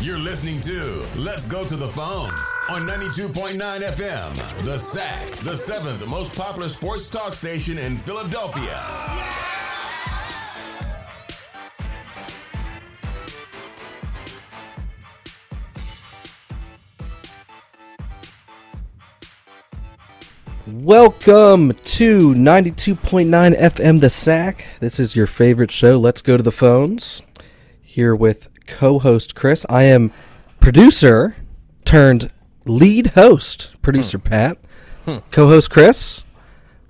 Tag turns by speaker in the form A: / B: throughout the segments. A: You're listening to Let's Go to the Phones on 92.9 FM, the SAC, the seventh most popular sports talk station in Philadelphia.
B: Welcome to 92.9 FM The Sack. This is your favorite show. Let's go to the phones. Here with co host Chris. I am producer turned lead host, producer Pat. Co host Chris.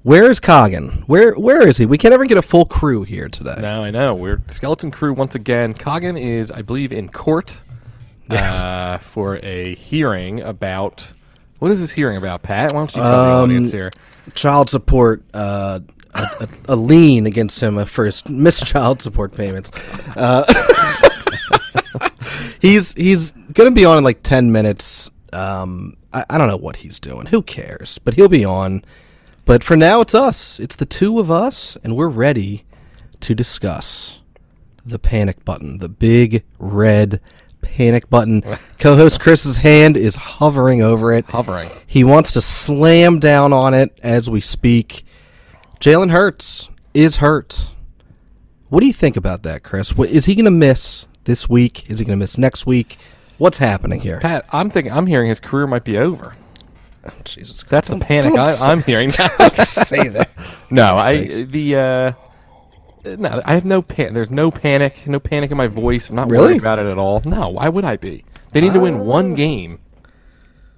B: Where is Coggin? Where where is he? We can't ever get a full crew here today.
C: Now I know. We're skeleton crew once again. Coggin is, I believe, in court uh, for a hearing about. What is this hearing about, Pat? Why don't you tell
B: Um,
C: the audience here?
B: Child support uh a, a, a lien against him, a first missed child support payments. he's he's gonna be on in like 10 minutes um I, I don't know what he's doing who cares but he'll be on but for now it's us it's the two of us and we're ready to discuss the panic button the big red panic button co-host chris's hand is hovering over it
C: Hovering.
B: he wants to slam down on it as we speak jalen hurts is hurt what do you think about that chris what, is he gonna miss this week is he gonna miss next week what's happening here
C: Pat, I'm thinking. I'm hearing his career might be over.
B: jesus christ
C: That's the panic
B: don't
C: I,
B: say-
C: I'm hearing.
B: say that
C: no, I the. Uh, no, I have no pan. There's no panic, no panic in my voice. I'm not
B: Really? Oh.
C: worried about it at all. No, why would I be? They need to win one game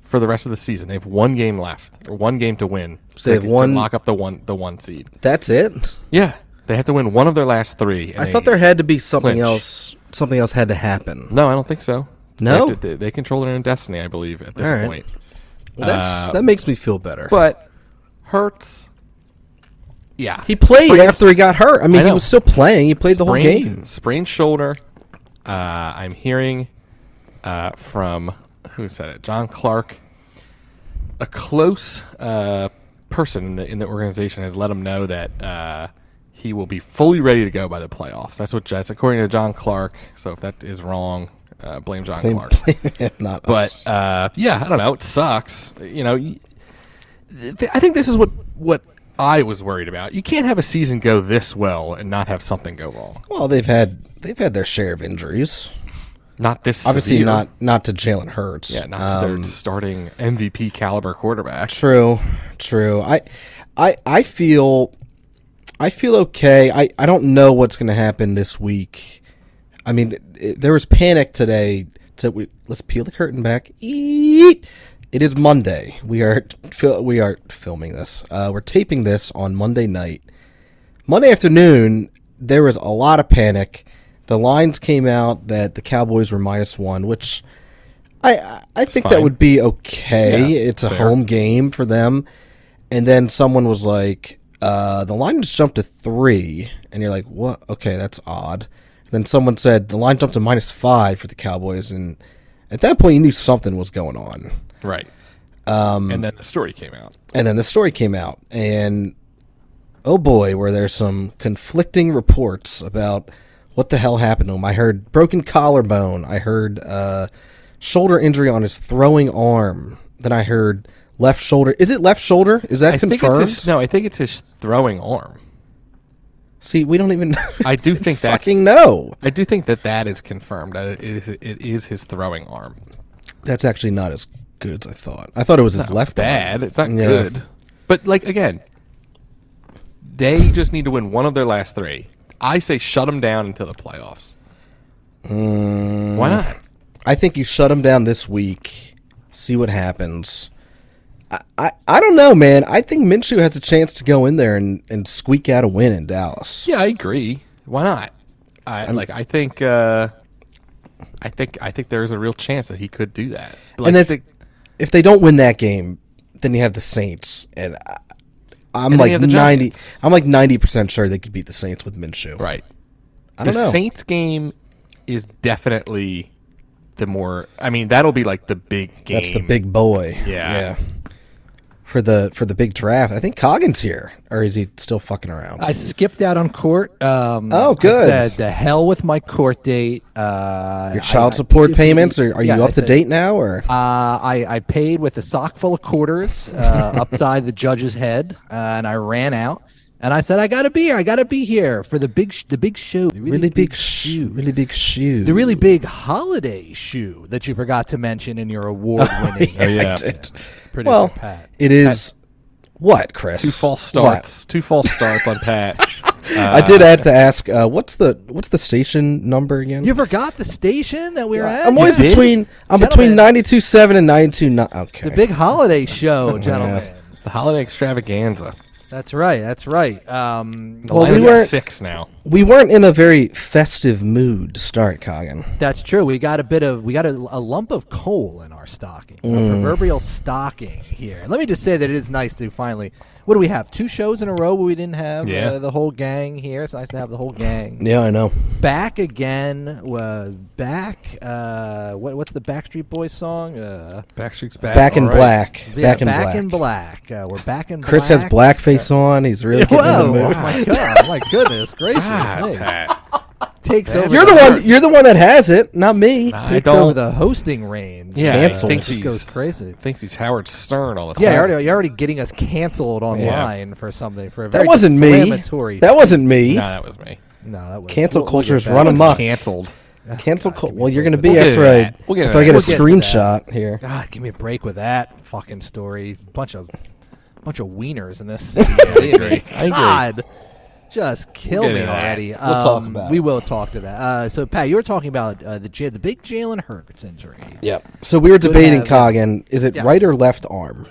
C: for the rest of the season. They have one game left, or one game to win.
B: So they
C: to-
B: have one-
C: to lock up the one the one seed.
B: that's it
C: Yeah, they have to win one of their last three. and
B: i
C: they-
B: thought there had to be something
C: Clinch.
B: else something else had to happen
C: No, I don't think so.
B: No?
C: they, have to- they- they control their own destiny, I believe, at this
B: All right.
C: point. Uh,
B: well, that's, that makes me feel better
C: But Hurts, yeah,
B: he played after he got hurt i mean
C: I
B: he
C: know.
B: was still playing he played the whole
C: sprained,
B: game
C: sprained shoulder. Uh, I'm hearing uh, from who said it, John Clark, a close uh, person in the in the organization has let him know that uh, he will be fully ready to go by the playoffs. That's what that's according to John Clark. So if that is wrong, uh, blame John Clark.
B: not us.
C: But uh, yeah, I don't know. It sucks. You know, y- th- I think this is what what I was worried about. You can't have a season go this well and not have something go wrong.
B: well they've had they've had their share of injuries
C: Not this.
B: obviously
C: severe.
B: not um, not to jalen hurts
C: Yeah, not to their starting MVP caliber quarterback.
B: True, true. I, I, I feel, I feel okay. I, I don't know what's going to happen this week. I mean, it, there was panic today. To we, let's peel the curtain back. Eek. It is Monday. We are fil- we are filming this. Uh, we're taping this on Monday night. Monday afternoon, there was a lot of panic. The lines came out that the Cowboys were minus one, which I- I I think that
C: Fine.
B: would be okay.
C: Yeah,
B: it's a
C: fair.
B: home game for them. And then someone was like, uh, the line just jumped to three. And you're like, what? Okay, that's odd. then someone said the line jumped to minus five for the Cowboys. And at that point, you knew something was going on.
C: Right. and then the story came out.
B: And then the story came out, and oh boy, were there some conflicting reports about what the hell happened to him. I heard broken collarbone. I heard uh, shoulder injury on his throwing arm. Then I heard left shoulder. Is it left shoulder? Is that
C: I think
B: confirmed?
C: it's his, no. I think it's his throwing arm.
B: See, we don't even
C: I do think that's
B: fucking know.
C: I do think that that is confirmed. That it is, it is his throwing arm.
B: That's actually not as good as I thought. I thought it was his left arm.
C: bad. It's not
B: Yeah.
C: good. But like again, they just need to win one of their last three. I say shut them down until the playoffs. Why not?
B: I think you shut him down this week. See what happens. I, I, I don't know, man. I think Minshew has a chance to go in there and, and squeak out a win in Dallas.
C: Yeah, I agree. Why not? I like. I think. Uh, I think. I think there is a real chance that he could do that. Like,
B: and
C: I
B: if
C: think-
B: if they don't win that game, then you have the Saints, and I, I'm
C: then you
B: like
C: have the
B: ninety.
C: Giants.
B: I'm like ninety percent sure they could beat the Saints with Minshew.
C: right,
B: I
C: the
B: don't know.
C: Saints game is definitely the more. I mean, that'll be like the big game.
B: That's the big boy.
C: Yeah.
B: yeah. for the for the big draft. I think Coggins here, or is he still fucking around?
D: I skipped out on court. Um,
B: Oh,
D: I
B: good.
D: said the hell with my court date. Uh,
B: Your
D: I-
B: child
D: I-
B: support payments, or are
D: Yeah,
B: you
D: I
B: up to
D: said-
B: date now? Or
D: Uh, I, I paid with a sock full of quarters uh, upside the judge's head, uh, and I ran out. And I said, "I gotta be here. I gotta be here for the big, sh- the big show, the
B: really, big shoe, really big shoe.
D: the really big holiday shoe that you forgot to mention in your award-winning
C: Oh, yeah.
D: producer
B: well,
D: Pat.
B: it is what Chris?
C: Two false
B: What?
C: starts. Two false starts on Pat.
B: I did have to ask. Uh, what's the what's the station number again? Uh,
D: You forgot the station that we were at.
B: I'm always
D: You did?
B: between. I'm between
D: Gentlemen.
B: ninety two seven and ninety two nine. Okay.
D: the big holiday show, gentlemen.
C: The holiday extravaganza.
D: That's right. That's right. Um,
C: The
B: Well,
C: line's
B: we
C: at
B: weren't-
C: six now.
B: we weren't in a very festive mood to start, Coggin.
D: That's true. We got a bit of we got a, a lump of coal in our stocking, a
B: Mm.
D: proverbial stocking here. Let me just say that it is nice to finally. What do we have? Two shows in a row where we didn't have
C: Yeah.
D: uh, the whole gang here. It's nice to have the whole gang
B: Yeah, I know.
D: back again. Uh, back. Uh, what, what's the Backstreet Boys song? Uh,
C: Backstreet's back.
B: Back in
C: all right.
B: black.
D: yeah,
B: back in black.
D: in black. Uh, we're back in.
B: Chris
D: black.
B: has blackface on. He's really getting in
D: Whoa!
B: the mood.
D: Oh my god! My goodness gracious!
C: God,
D: me.
C: Ah, Pat.
D: Takes over.
B: You're the one. You're the one that has it, not me.
C: I
D: Takes
C: don't-
D: over the hosting reigns.
C: Yeah,
B: Cancel.
C: I think
D: just
C: he's,
D: goes crazy.
C: thinks he's Howard Stern all the
D: Yeah,
C: time.
D: you're already, you're already getting us canceled online for something for a very
B: That wasn't me.
D: deflammatory-
B: That wasn't me.
C: No, that was me.
D: no, that was
B: Cancel
D: we'll- we'll
B: culture
D: get
B: is
D: back
B: run
D: to
B: amok.
C: Canceled.
B: Cancel.
D: God,
B: cul-
D: give me
B: well,
D: a
B: you're going to
D: break.
B: be
C: We'll get
B: after
C: to
B: I
C: that. We'll get to
B: after I get
C: that.
B: a
D: We'll get to
B: screenshot here.
D: God, give me a break with that fucking story. Bunch of bunch of wieners in this city. believe me.
C: agree. I agree.
D: God, just kill
C: We'll get
D: me
C: to that.
D: already. We'll
B: talk about
D: We
B: it.
D: will talk to that. Uh, so, Pat, you were talking about uh, the J- the big Jalen Hurts injury.
B: Yep. So we were debating
D: have-
B: Coggin. Is it
D: Yes.
B: right or left arm?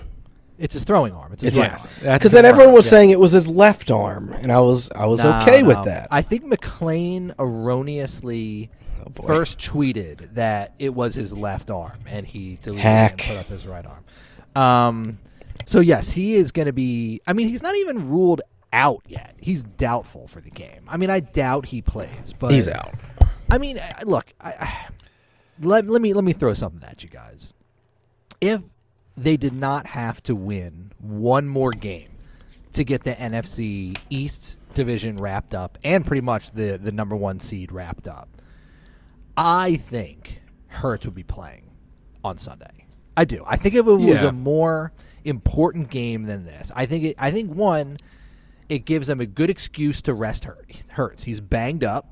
D: It's his throwing arm. It's his
B: It's
D: right
B: yes.
D: arm.
B: Because then everyone was saying it was his left arm, and I was I was
D: No,
B: okay with
D: no.
B: that.
D: I think McLean erroneously
B: Oh, boy.
D: first tweeted that it was his left arm, and he deleted
B: Hack.
D: it and put up his right arm. Um, so yes, he is going to be. I mean, he's not even ruled out yet. He's doubtful for the game. I mean, I doubt he plays, but
B: He's out.
D: I mean, I- I- look, I, I, let, let me let me throw something at you guys. If they did not have to win one more game to get the NFC East division wrapped up and pretty much the the number one seed wrapped up, I think Hurts would be playing on Sunday. I do. I think if it was
C: Yeah.
D: a more important game than this, I think it, I think one, it gives them a good excuse to rest Hurt, Hurts. He's banged up.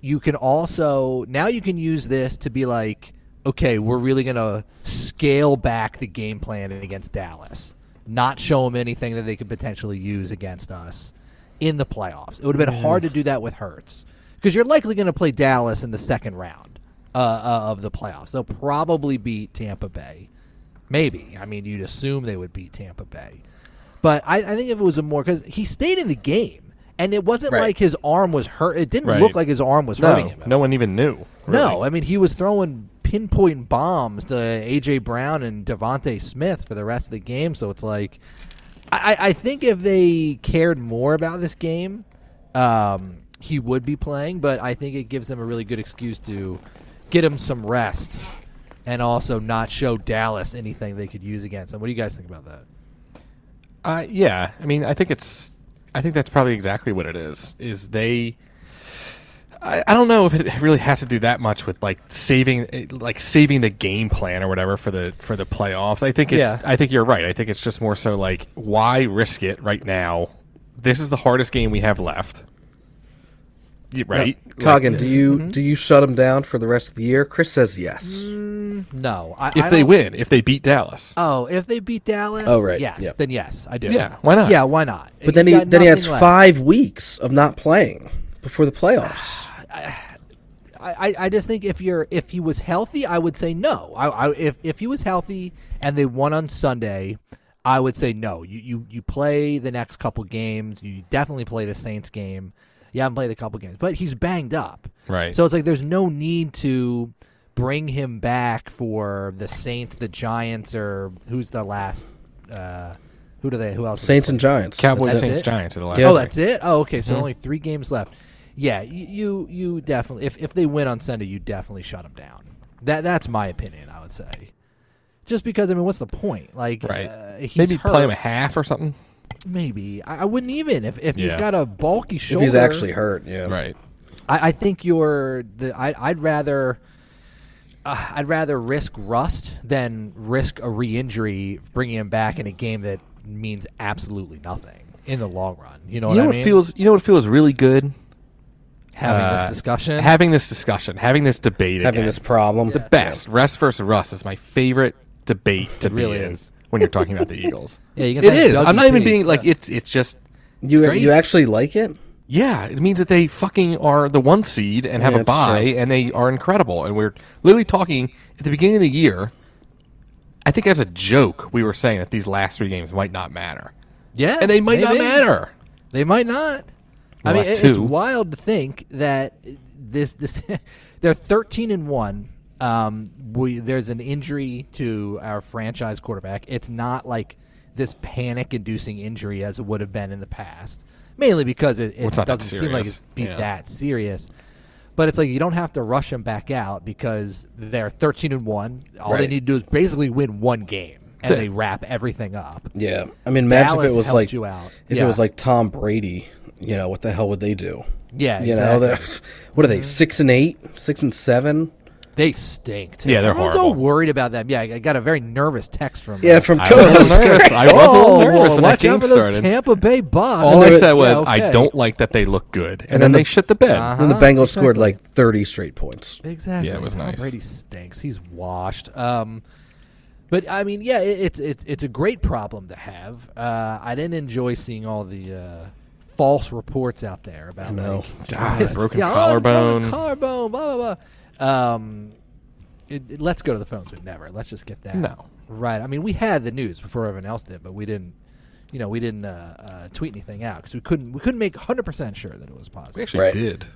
D: You can also now you can use this to be like, okay, we're really gonna scale back the game plan against Dallas, not show them anything that they could potentially use against us in the playoffs. It would have been hard to do that with Hurts because you're likely going to play Dallas in the second round uh, uh, of the playoffs. They'll probably beat Tampa Bay. Maybe. I mean, you'd assume they would beat Tampa Bay. But I, I think if it was a more because he stayed in the game and it wasn't
B: Right.
D: like his arm was hurt. It didn't
C: Right.
D: look like his arm was hurting
C: no,
D: him. at
C: no one even knew. really.
D: no, I mean he was throwing pinpoint bombs to AJ Brown and Devonte Smith for the rest of the game. So it's like, I, I I think if they cared more about this game, um, he would be playing. But I think it gives them a really good excuse to get him some rest and also not show Dallas anything they could use against him. What do you guys think about that?
C: Uh, yeah, I mean, I think it's, I think that's probably exactly what it is. Is they, I, I don't know if it really has to do that much with like saving, eh, like saving the game plan or whatever for the for the playoffs. I think it's,
D: Yeah.
C: I think you're right. I think it's just more so like why risk it right now? This is the hardest game we have left. You- Right, Like,
B: Coggin, do you do you shut him down for the rest of the year? Chris says yes.
D: No, I,
C: if
D: I
C: they
D: don't-
C: win, if they beat Dallas,
D: Oh, if they beat Dallas,
B: Oh, right,
D: yes,
B: yep.
D: then yes, I do.
C: Yeah, why not?
D: Yeah, why not?
B: But then
D: You
B: he
D: got
B: then he has
D: nothing left.
B: five weeks of not playing before the playoffs.
D: I, I- I just think if you're if he was healthy, I would say no. I, I if if he was healthy and they won on Sunday, I would say no. You you you play the next couple games. You definitely play the Saints game. You haven't played a couple games, but he's banged up.
C: Right.
D: So it's like there's no need to bring him back for the Saints, the Giants, or who's the last? Uh, who do they? Who else? do they
B: Saints
D: play?
B: and Giants.
C: Cowboys,
D: That's
B: That's it.
C: Saints,
D: it?
C: Giants are the last.
B: Yeah.
D: Oh,
C: three.
D: that's it. Oh, okay.
C: Mm-hmm.
D: So only three games left. Yeah, you, you you definitely if if they win on Sunday, you definitely shut them down. That that's my opinion. I would say, Just because I mean, what's the point? Like,
C: Right.
D: uh, he's
C: Maybe
D: hurt.
C: play him a half or something.
D: Maybe I, I wouldn't even if, if he's
C: Yeah.
D: got a bulky
B: If
D: shoulder.
B: he's actually hurt, yeah.
C: Right.
D: I, I think you're the. I, I'd rather. Uh, I'd rather risk rust than risk a re-injury, bringing him back in a game that means absolutely nothing in the long run. You know
C: you know
D: what
C: what
D: I mean?
C: feels you know what feels really good
D: having
C: Uh,
D: this discussion.
C: having this discussion, having this debate,
B: Having
C: again.
B: this problem.
C: The best rest versus Russ is my favorite debate to
D: really
C: be in
D: is.
C: when you're talking about the Eagles.
D: Yeah, you can
C: it
D: thank
C: is.
D: Dougie
C: I'm not even
D: P.
C: being like it's. It's just
B: You
C: great.
B: you actually like it?
C: yeah. It means that they fucking are the one seed and have
B: Yeah,
C: a
B: it's
C: bye,
B: true.
C: and they are incredible. And we're literally talking at the beginning of the year. I think as a joke, we were saying that these last three games might not matter,
D: yeah,
C: and they might not
D: maybe.
C: matter.
D: They might not. I
C: Well,
D: mean,
C: that's
D: it- it's
C: two.
D: wild to think that this this they're thirteen and one. Um, we there's an injury to our franchise quarterback. It's not like this panic-inducing injury as it would have been in the past, mainly because it, it
C: it's not that
D: doesn't seem like
C: serious.
D: it's be
C: Yeah.
D: that serious. But it's like you don't have to rush them back out because they're thirteen and one. All they
B: Right.
D: need to do is basically win one game, and
C: That's it.
D: they wrap everything up.
B: Yeah. I mean, imagine if
D: Dallas
B: it was
D: helped
B: like
D: you out.
B: if
D: Yeah.
B: it was like Tom Brady. You know what the hell would they do?
D: Yeah,
B: You know,
D: exactly. Mm-hmm.
B: they're- what are they? Six and eight, six and seven.
D: They stink. Too.
C: Yeah, they're
D: Everyone's all
C: horrible.
D: worried about them. Yeah, I I got a very nervous text from.
B: Yeah, from
C: I was a
B: Coast.
C: little nervous. I was a
D: Oh,
C: little nervous
D: whoa,
C: when that
D: watch
C: game
D: out for those
C: started.
D: Tampa Bay Bucks.
C: All I
B: And
C: said
B: then-
C: was,
D: Yeah,
C: I
D: okay.
C: don't like that they look good, and, then
B: then
C: they
B: the-
C: shit the bed.
D: Uh-huh.
B: And the Bengals scored
D: exactly.
B: like thirty straight points.
D: Exactly.
C: Yeah, it was
D: Tom
C: nice.
D: Brady stinks. He's washed. Um, but I mean, yeah, it, it's it's it's a great problem to have. Uh, I didn't enjoy seeing all the uh, false reports out there about
B: No.
D: like
C: God,
D: Yes.
C: broken
D: Yeah, oh, the
C: collarbone.
D: broken collarbone, blah blah blah. Um, it- it- let's go to the phones with never. Let's just get that.
C: No.
D: right. I mean, we had the news before everyone else did, but we didn't. You know, we didn't uh, uh, tweet anything out because we couldn't. We couldn't make hundred percent sure that it was
C: we
D: positive.
C: actually
B: Right.
C: did.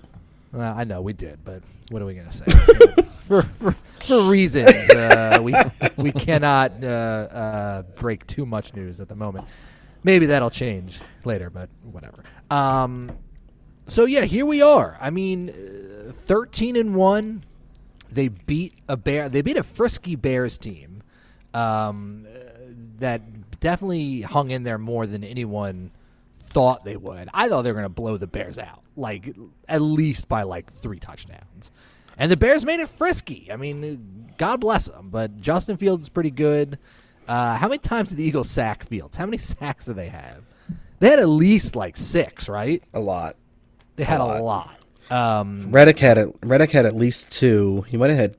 D: Well, I know we did, but what are we gonna say? for, for, for reasons, uh, we we cannot uh, uh, break too much news at the moment. Maybe that'll change later, but whatever. Um, so yeah, here we are. I mean, uh, thirteen and one. They beat a bear. They beat a frisky Bears team um, uh, that definitely hung in there more than anyone thought they would. I thought they were going to blow the Bears out, like at least by like three touchdowns. And the Bears made it frisky. I mean, God bless them. But Justin Fields is pretty good. Uh, how many times did the Eagles sack Fields? How many sacks did they have? They had at least like six, right?
B: A lot.
D: They had a lot. Um,
B: Reddick had at, Reddick had at least two. He might have had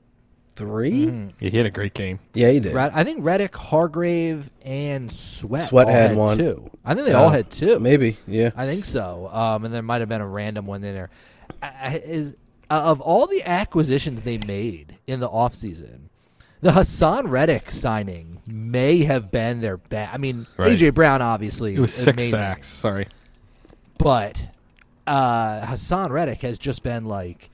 B: 3
C: Yeah, he had a great game.
B: Yeah, he did.
D: Mm-hmm. Rad- I think Reddick, Hargrave, and Sweat.
B: Sweat
D: all
B: had one.
D: Two. I think they
B: Uh,
D: all had two.
B: Maybe. Yeah.
D: I think so. Um, and there might have been a random one in there. I- I- Is uh, of all the acquisitions they made in the offseason, the Hassan Reddick signing may have been their best. I mean,
C: Right.
D: AJ Brown obviously
C: It was six
D: amazing,
C: sacks. Sorry.
D: but uh, Hassan Reddick has just been like.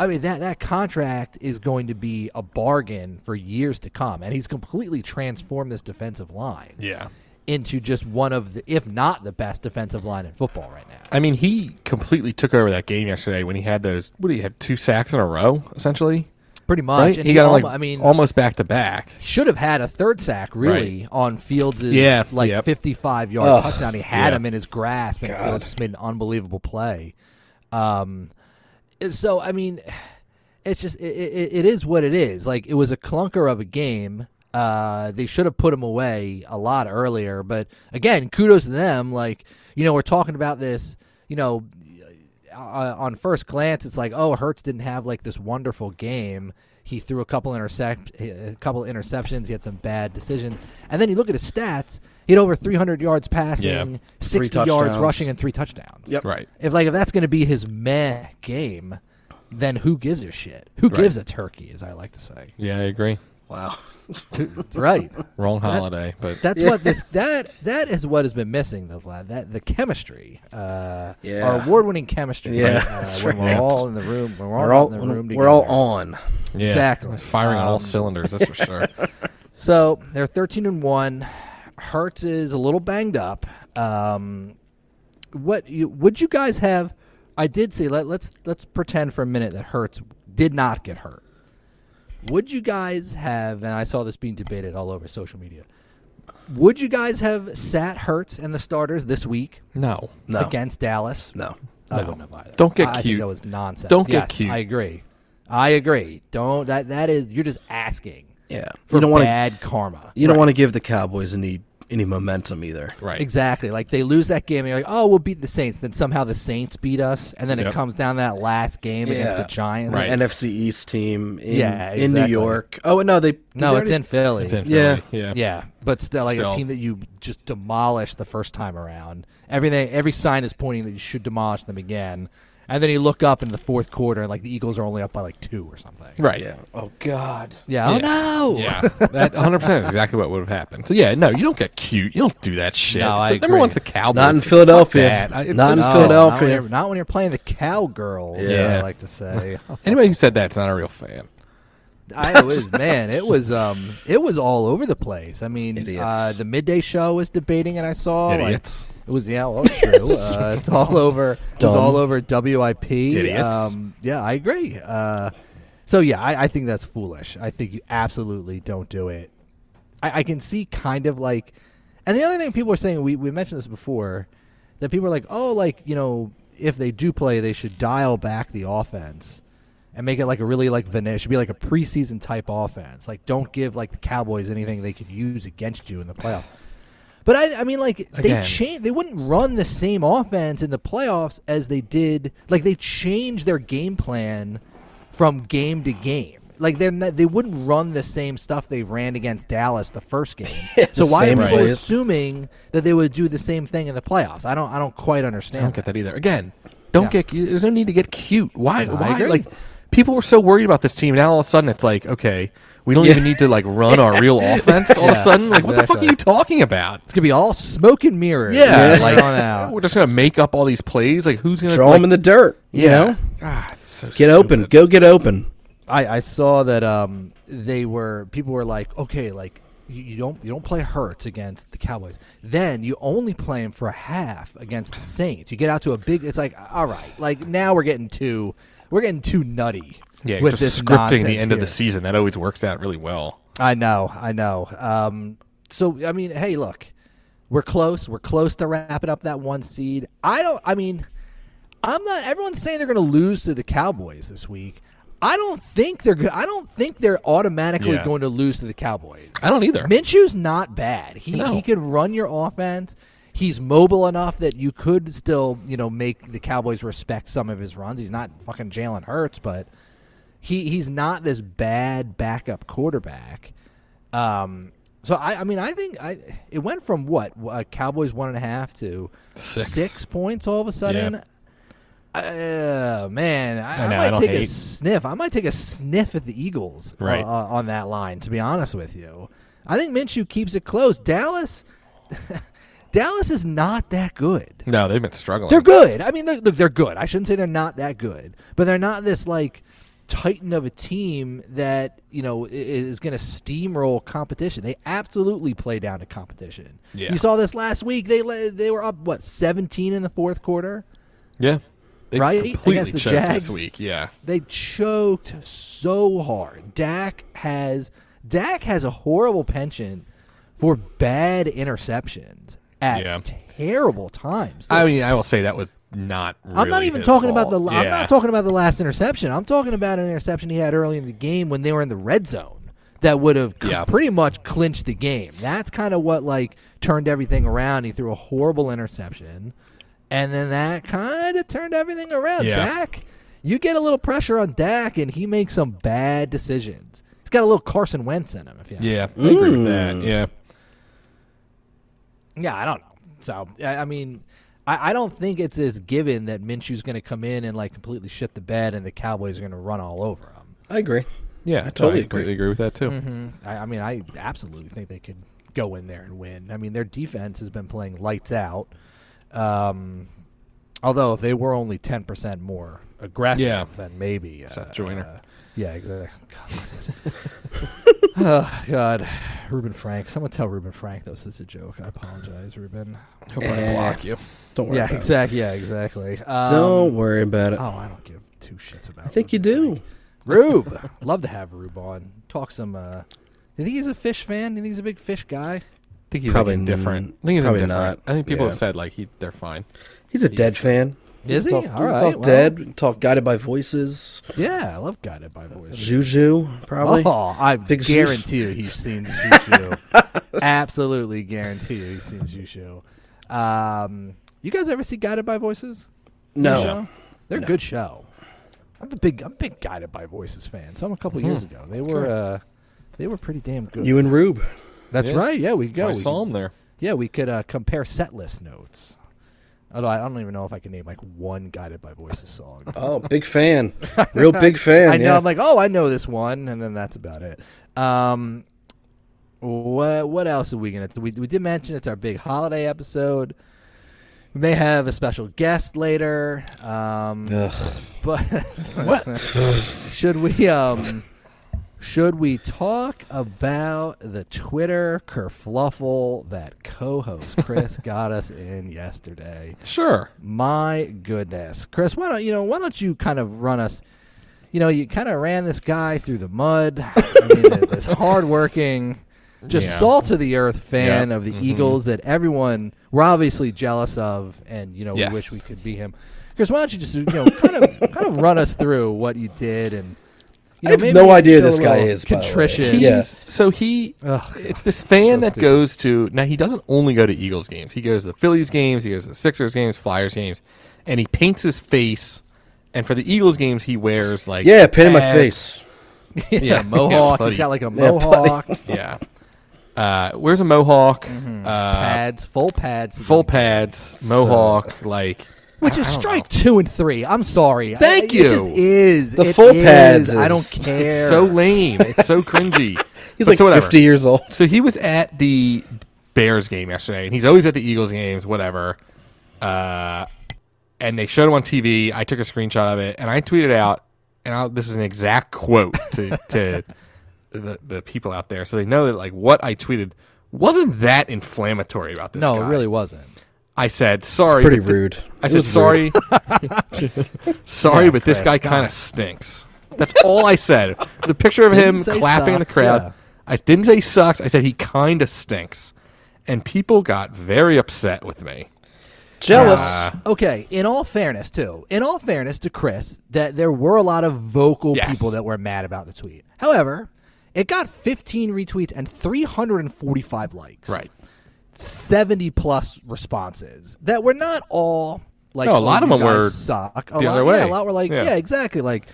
D: I mean that that contract is going to be a bargain for years to come, and he's completely transformed this defensive line
C: Yeah.
D: into just one of the, if not the best defensive line in football right now.
C: I mean, he completely took over that game yesterday when he had those. What do you have? Two sacks in a row, essentially.
D: Pretty much.
C: Right?
D: And he, got
C: them,
D: almost,
C: like
D: I mean,
C: almost back to back.
D: should have had a third sack really on Fields'
C: Yeah,
D: like
C: yep.
D: 55 yard
B: Ugh.
D: touchdown. He had
C: Yeah.
D: him in his grasp, and Fields just made an unbelievable play. Um, so I mean, it's just it, it, it is what it is. Like it was a clunker of a game. Uh, they should have put him away a lot earlier. But again, kudos to them. Like you know, we're talking about this. You know, uh, on first glance, it's like, oh, Hertz didn't have like this wonderful game. He threw a couple intercept, a couple interceptions. He had some bad decisions, and then you look at his stats. He had over 300 yards passing,
C: Yeah.
D: 60 yards
B: touchdowns.
D: rushing, and three touchdowns.
B: Yep.
C: Right.
D: If like if that's going to be his meh game, then who gives a shit? Who gives a turkey, as I like to say.
C: Yeah, I agree.
B: Wow.
D: right.
C: Wrong holiday, but
D: That's what this that that is what has been missing those last that the chemistry, uh,
B: Yeah.
D: our award-winning chemistry.
B: Yeah,
D: uh,
B: that's
D: when
B: right.
D: we're all in the room, when we're all,
B: We're all
D: in the room.
B: we're all
D: together.
B: on.
C: yeah,
D: Exactly.
C: it's firing on all
D: Um,
C: cylinders. That's for sure.
D: So they're thirteen and one. Hertz is a little banged up. Um, what you, would you guys have? I did see. Let, let's let's pretend for a minute that Hertz did not get hurt. Would you guys have? And I saw this being debated all over social media. Would you guys have sat Hertz and the starters this week
C: No.
E: No.
D: against Dallas?
E: No.
D: I
C: No.
D: wouldn't have either.
C: Don't get
D: I- I think
C: cute.
D: that was nonsense.
C: Don't get
D: Yes,
C: cute.
D: I agree. I agree. Don't that that is you're just asking
E: Yeah.
D: for
B: don't wanna-
D: bad karma.
B: You don't
C: Right.
B: want to give the Cowboys.
E: Cowboys any any momentum either.
C: Right.
D: Exactly. Like they lose that game and you're like, "Oh, we'll beat the Saints." Then somehow the Saints beat us and then
C: Yep.
D: it comes down to that last game against
E: Yeah.
D: the Giants.
C: Right.
E: NFC East team in,
D: Yeah,
E: in New
D: exactly.
E: York. Oh no, they
D: No,
E: they
D: it's
E: already-
D: in Philly.
C: It's in
B: Yeah.
C: Philly, Yeah.
D: Yeah, but still, like
C: Still.
D: a team that you just demolished the first time around. Everything, every sign is pointing that you should demolish them again. And then you look up in the fourth quarter, and like the Eagles are only up by like two or something.
C: Right.
E: Yeah. Oh God.
D: Yeah. Oh no.
C: Yeah, that 100 percent is exactly what would have happened. So yeah, no, you don't get cute. You don't do that shit.
D: No,
C: It's
D: I
C: like, number
D: agree.
C: one's the Cowboys.
B: Not in
C: Fuck
B: Philadelphia.
C: that. I- it's-
B: Not in
C: no.
D: Oh, not when
B: Philadelphia.
D: you're- Not when you're playing the cowgirls.
C: Yeah.
D: I like to say.
C: Anybody who said that's not a real fan.
D: I it was man, it was um, it was all over the place. I mean,
E: Idiots.
D: uh, the midday show was debating it. I saw like,
C: Idiots.
D: it was yeah, well, it's true. Uh, it's all over. It was
B: Dumb.
D: all over WIP.
C: Idiots.
D: Um, yeah, I agree. Uh, so yeah, I, I think that's foolish. I think you absolutely don't do it. I, I can see kind of like, and the other thing people are saying, we, we mentioned this before, that people are like, oh, like, you know, if they do play, they should dial back the offense and make it like a really like vanilla. It should be like a preseason type offense. Like, don't give like the Cowboys anything they could use against you in the playoffs. But I, I mean, like
C: Again.
D: they change. They wouldn't run the same offense in the playoffs as they did. Like they changed their game plan from game to game. Like they're not, they wouldn't run the same stuff they ran against Dallas the first game. so why are
E: same
D: people
E: plays.
D: assuming that they would do the same thing in the playoffs? I don't. I don't quite
C: I don't
D: understand.
C: get that either. Again, don't
D: Yeah.
C: get get. There's no need to get cute. Why?
D: No, I
C: why?
D: agree.
C: Like people were so worried about this team. Now all of a sudden it's like, okay, we don't even need to like run our real offense. All of a
D: Yeah,
C: sudden, like what the fuck are
D: exactly.
C: you talking about?
D: It's gonna be all smoke and mirrors.
C: Yeah,
D: like on out.
C: We're just gonna make up all these plays. Like who's gonna
B: Throw
C: like,
B: them in the dirt. You know,
C: God, it's so
B: get open. Go get open.
D: I, I saw that um, they were people were like, okay, like you, you don't you don't play Hurts against the Cowboys, then you only play him for a half against the Saints. You get out to a big. It's like all right, like now we're getting too we're getting too nutty.
C: Yeah,
D: with
C: just
D: this
C: scripting the
D: nonsense
C: end of the
D: here.
C: season that always works out really well.
D: I know, I know. Um, so I mean, hey, look, we're close. We're close to wrapping up that one seed. I don't. I mean, I'm not. Everyone's saying they're going to lose to the Cowboys this week. I don't think they're. go- I don't think they're automatically
C: Yeah.
D: going to lose to the Cowboys.
C: I don't either.
D: Minshew's not bad. He
C: No.
D: he can run your offense. He's mobile enough that you could still, you know, make the Cowboys respect some of his runs. He's not fucking Jalen Hurts, but he he's not this bad backup quarterback. Um, so I, I mean, I think I it went from what uh, Cowboys one and a half to
C: Six.
D: points all of a sudden.
C: Yeah.
D: Uh, man, I,
C: I
D: I
C: know, I
D: might
C: don't
D: take a
C: hate.
D: sniff. I might take a sniff at the Eagles uh,
C: Right.
D: uh, on that line. To be honest with you, I think Minshew keeps it close. Dallas, Dallas is not that good.
C: No, they've been struggling.
D: They're good. I mean, they're, look, they're good. I shouldn't say they're not that good, but they're not this like titan of a team that you know i- is going to steamroll competition. They absolutely play down to competition.
C: Yeah.
D: You saw this last week. They le- they were up what seventeen in the fourth quarter.
C: Yeah. They
D: Right?
C: completely
D: Against the
C: choked
D: Jags.
C: this week. Yeah.
D: They choked so hard. Dak has Dak has a horrible penchant for bad interceptions at
C: Yeah.
D: terrible times.
C: I mean, I will say that was not.
D: I'm not
C: really
D: even
C: his
D: talking about the.
C: fault.
D: I'm
C: Yeah.
D: not talking about the last interception. I'm talking about an interception he had early in the game when they were in the red zone that would have c-
C: Yeah.
D: pretty much clinched the game. That's kind of what like turned everything around. He threw a horrible interception, and then that kind of turned everything around.
C: Yeah.
D: Dak, you get a little pressure on Dak, and he makes some bad decisions. He's got a little Carson Wentz in him. If you ask
C: Yeah, I agree with that. Yeah.
D: Yeah, I don't know. So I, I mean, I, I don't think it's as given that Minshew's going to come in and like completely shit the bed, and the Cowboys are going to run all over him.
B: I agree.
C: Yeah, I
B: totally agree.
C: completely agree with that too.
D: I, I mean, I absolutely think they could go in there and win. I mean, their defense has been playing lights out. Um, although if they were only ten percent more aggressive,
C: Yeah.
D: then maybe uh,
C: Seth Joyner.
D: uh, yeah, exactly. God, that's it. oh God, Ruben Frank. Someone tell Ruben Frank that was such a joke. I apologize, Ruben. Hope I block you.
B: Don't worry.
D: Yeah,
B: about
D: exactly. Yeah, exactly. Um,
B: It. Don't worry about it.
D: Oh, I don't give two shits about.
B: I think you do.
D: Rube, love to have Rube on. Talk some. uh Do you think he's a fish fan? Do you think he's a big fish guy?
C: I think he's
E: Probably
C: like indifferent.
E: n-
C: I think he's
E: probably
C: indifferent.
E: not.
C: I think people
E: Yeah.
C: have said like he, they're fine.
E: He's a dead fan.
D: Is he?
E: Talk,
D: All right,
E: Talk
D: well.
E: dead. we can Talk guided by voices.
D: Yeah, I love guided by voice.
E: Juju, probably.
D: Oh, I
E: Big Zeus.
D: guarantee you he's seen Shushu. Absolutely guarantee you he's seen Shushu. Um, you guys ever see Guided by Voices?
E: no.
D: show? They're a good show. I'm a big I'm a big Guided by Voices fan. Saw them a couple years ago. They were uh, they were pretty damn good.
E: You and Rube.
D: That's
C: Yeah.
D: right. Yeah, we go.
C: I
D: we
C: saw
D: could-
C: him there.
D: Yeah, we could uh, compare set list notes. Although I don't even know if I can name like one Guided by Voices song.
E: Oh, big fan. Real big fan.
D: I know.
E: yeah.
D: I'm like, oh, I know this one, and then that's about it. Um, what what else are we gonna? We we did mention it's our big holiday episode. We may have a special guest later. Um,
E: Ugh.
D: but what should we um should we talk about the Twitter kerfluffle that co-host Chris got us in yesterday?
C: Sure.
D: My goodness, Chris, why don't you know? Why don't you kind of run us? You know, you kind of ran this guy through the mud. I mean, this hardworking, just
C: Yeah.
D: salt of the earth fan
C: Yeah. Mm-hmm.
D: of the Eagles that everyone we're obviously jealous of, and you know,
C: Yes.
D: we wish we could be him. Chris, why don't you just you know kind of kind of run us through what you did and. You know,
E: I have
D: maybe
E: no idea
D: show a
E: this guy
D: little
E: is, by the way.
D: contrition.
E: Yeah.
C: He's- So he,
D: Ugh,
C: it's this fan
D: so
C: that
D: stupid.
C: goes to now. He doesn't only go to Eagles games. He goes to the Phillies games. He goes to the Sixers games, Flyers games, and he paints his face. And for the Eagles games, he wears like
E: Yeah, pin in my
C: pads.
E: face.
C: Yeah,
D: mohawk.
C: buddy.
D: He's got like a Mm-hmm.
E: Yeah, buddy.
D: mohawk,
C: yeah. Uh, wears a mohawk, uh,
D: pads, full pads,
C: full pads, mohawk, like
D: Which is strike two and three. I'm sorry.
C: Thank
D: I- It just
C: you.
D: is
E: The
D: It
E: full
D: is.
E: pads
D: I
E: is-
D: don't care.
C: it's so lame. It's so cringy.
E: He's
C: But
E: like
C: so whatever.
E: 50 years old.
C: So he was at the Bears game yesterday, and he's always at the Eagles games, whatever. Uh, and they showed him on TV. I took a screenshot of it, and I tweeted out, and I'll, this is an exact quote to, to the, the people out there, so they know that like what I tweeted wasn't that inflammatory about this.
D: no, it
C: guy.
D: really wasn't.
C: I said sorry.
E: Pretty
C: but thi-
E: rude.
C: I
E: It
C: said
E: was rude.
C: sorry. sorry, but this
D: Chris,
C: guy kind
D: God.
C: of stinks. That's all I said. The picture of
D: Didn't
C: him
D: say
C: clapping in the
D: sucks,
C: crowd.
D: yeah.
C: I didn't say sucks. I said he kind of stinks. And people got very upset with me.
E: Jealous.
D: Okay. In all fairness, too. In all fairness to Chris, that there were a lot of vocal
C: Yes.
D: people that were mad about the tweet. However, it got 15 retweets and 345 likes. 70 plus responses that were not all like
C: No, a
D: oh,
C: lot of
D: you
C: them
D: guys
C: were
D: suck. A
C: the
D: lot,
C: other
D: Yeah,
C: way.
D: a lot were like
C: Yeah.
D: yeah, exactly like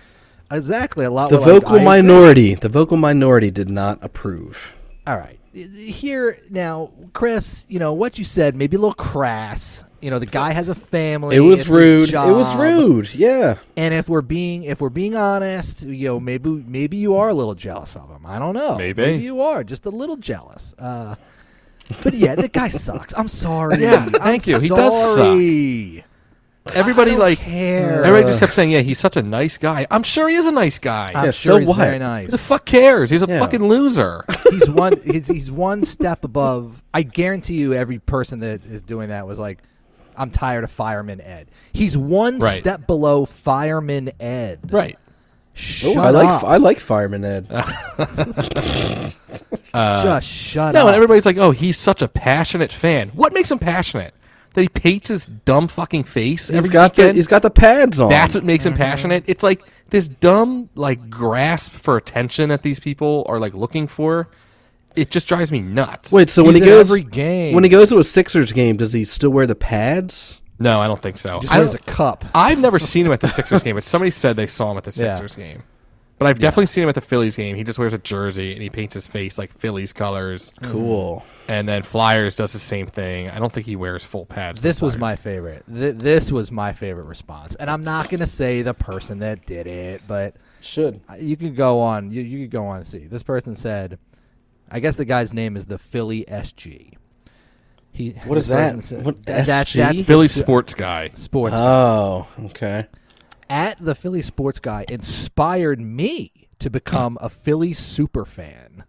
D: exactly a lot
E: The
D: were
E: vocal
D: like, I agree.
E: minority. The vocal minority did not approve.
D: All right. Here now, Chris, you know what you said, maybe a little crass. You know, the guy has a family.
E: It was
D: it's his
E: rude. It was
D: job.
E: rude. Yeah.
D: And if we're being if we're being honest, you know, maybe maybe you are a little jealous of him. I don't know.
C: Maybe.
D: you are just a little jealous. Uh, but yeah, the guy sucks. I'm sorry.
C: Yeah,
D: I'm
C: thank you. He does suck.
D: sorry.
C: Everybody
D: don't
C: like
D: care.
C: everybody just kept saying, "Yeah, he's such a nice guy." I'm sure he is a nice guy.
D: I'm
E: Yeah,
D: sure
E: so
D: he's
E: what?
D: very nice.
C: Who the fuck cares? He's a
E: Yeah.
C: fucking loser.
D: he's one he's, he's one step above i guarantee you every person that is doing that was like i'm tired of fireman ed he's one
C: Right.
D: step below fireman ed
C: right.
D: shut
E: I like
D: up
E: I like Fireman Ed.
C: Uh,
D: just shut
C: No,
D: up
C: and everybody's like, "Oh, he's such a passionate fan." What makes him passionate? That he paints his dumb fucking face every
E: he's got the
C: weekend.
E: he's got the pads on.
C: That's what makes
D: Mm-hmm.
C: him passionate. It's like this dumb like grasp for attention that these people are like looking for. It just drives me nuts.
E: Wait, so when he
D: He's at
E: goes
D: every game.
E: when he goes to a Sixers game, does he still wear the pads?
C: no, I don't think so.
D: just
C: I
D: wears
C: don't,
D: a cup
C: I've never seen him at the Sixers game, but somebody said they saw him at the
D: Yeah.
C: Sixers game. But I've definitely seen him at the Phillies game. He just wears a jersey and he paints his face like Phillies colors,
D: Hmm.
E: Cool.
C: and then Flyers does the same thing. I don't think he wears full pads. for
D: this
C: the
D: was
C: Flyers.
D: my favorite Th- this was my favorite response and i'm not gonna say the person that did it but
E: Should.
D: I- you could go on you, you could go on and see this person said i guess the guy's name is the philly sg he
E: What is
D: this person
E: that?
D: said-
E: What,
D: that- that's-
E: SG?
D: that's the
C: Philly
D: stu-
C: sports guy.
D: sports
E: Oh, okay.
D: at the philly sports guy inspired me to become a philly super fan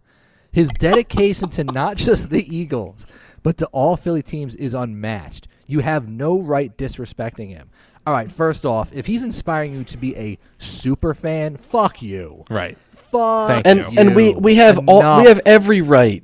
D: his dedication to not just the eagles but to all philly teams is unmatched you have no right disrespecting him All right, first off, if he's inspiring you to be a super fan, fuck you.
C: Right.
D: Fuck.
C: Thank
E: And
C: you.
E: and we we have all
D: Enough.
E: we have every right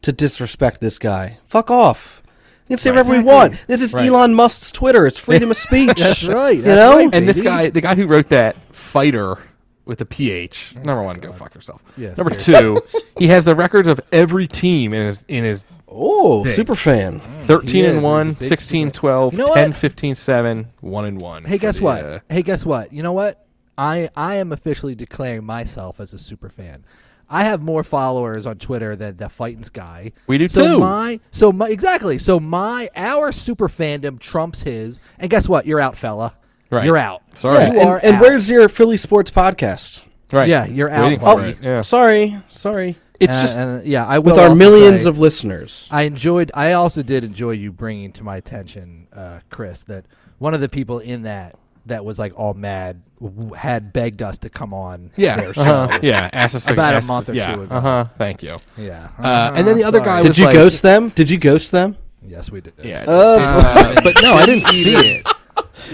E: to disrespect this guy. Fuck off. You can say whatever we want. This is
C: Right.
E: Elon Musk's Twitter. It's freedom of speech.
D: That's right.
E: You
D: that's
E: know?
D: right,
C: And this
D: baby.
C: guy, the guy who wrote that fighter with a PH,
D: Oh
C: number one, go fuck yourself.
D: Yes,
C: number two, he has the records of every team in his in his
E: Oh, super fan.
C: 13
D: He is.
C: and
D: He's
C: 1,
D: a big
C: 16 12,
D: You know
C: 10
D: what?
C: 15 7, 1 and 1.
D: Hey,
C: for
D: guess
C: the,
D: what?
C: uh,
D: Hey, guess what? You know what? I I am officially declaring myself as a super fan. I have more followers on Twitter than the Fightins guy.
C: We do
D: so
C: too.
D: My so my exactly so my our super fandom trumps his. And guess what? You're out, fella.
C: Right.
D: You're out.
C: Sorry.
E: Yeah,
D: You
E: and
D: are
E: and
D: out.
E: where's your Philly sports podcast? Oh,
C: right.
D: yeah, you're out,
C: Waiting
D: buddy.
C: for it. Yeah.
E: Sorry, sorry.
C: It's
D: Uh,
C: just
D: and, yeah. I will
E: With our
D: also
E: millions
D: say-
E: of listeners.
D: I enjoyed. I also did enjoy you bringing to my attention, uh, Chris, that one of the people in that that was like all mad w- had begged us to come on.
C: yeah.
D: their show.
C: Uh-huh. Yeah, Assassin-
D: About a
C: Assassin-
D: month or
C: yeah,
D: two ago.
C: Uh-huh. Thank you.
D: yeah.
C: Uh, and then the other guy
D: sorry.
C: was
E: Did you
C: like-
E: ghost them? Did you ghost them?
D: yes, we did.
C: Yeah.
E: Oh,
C: uh, but no, I didn't see it.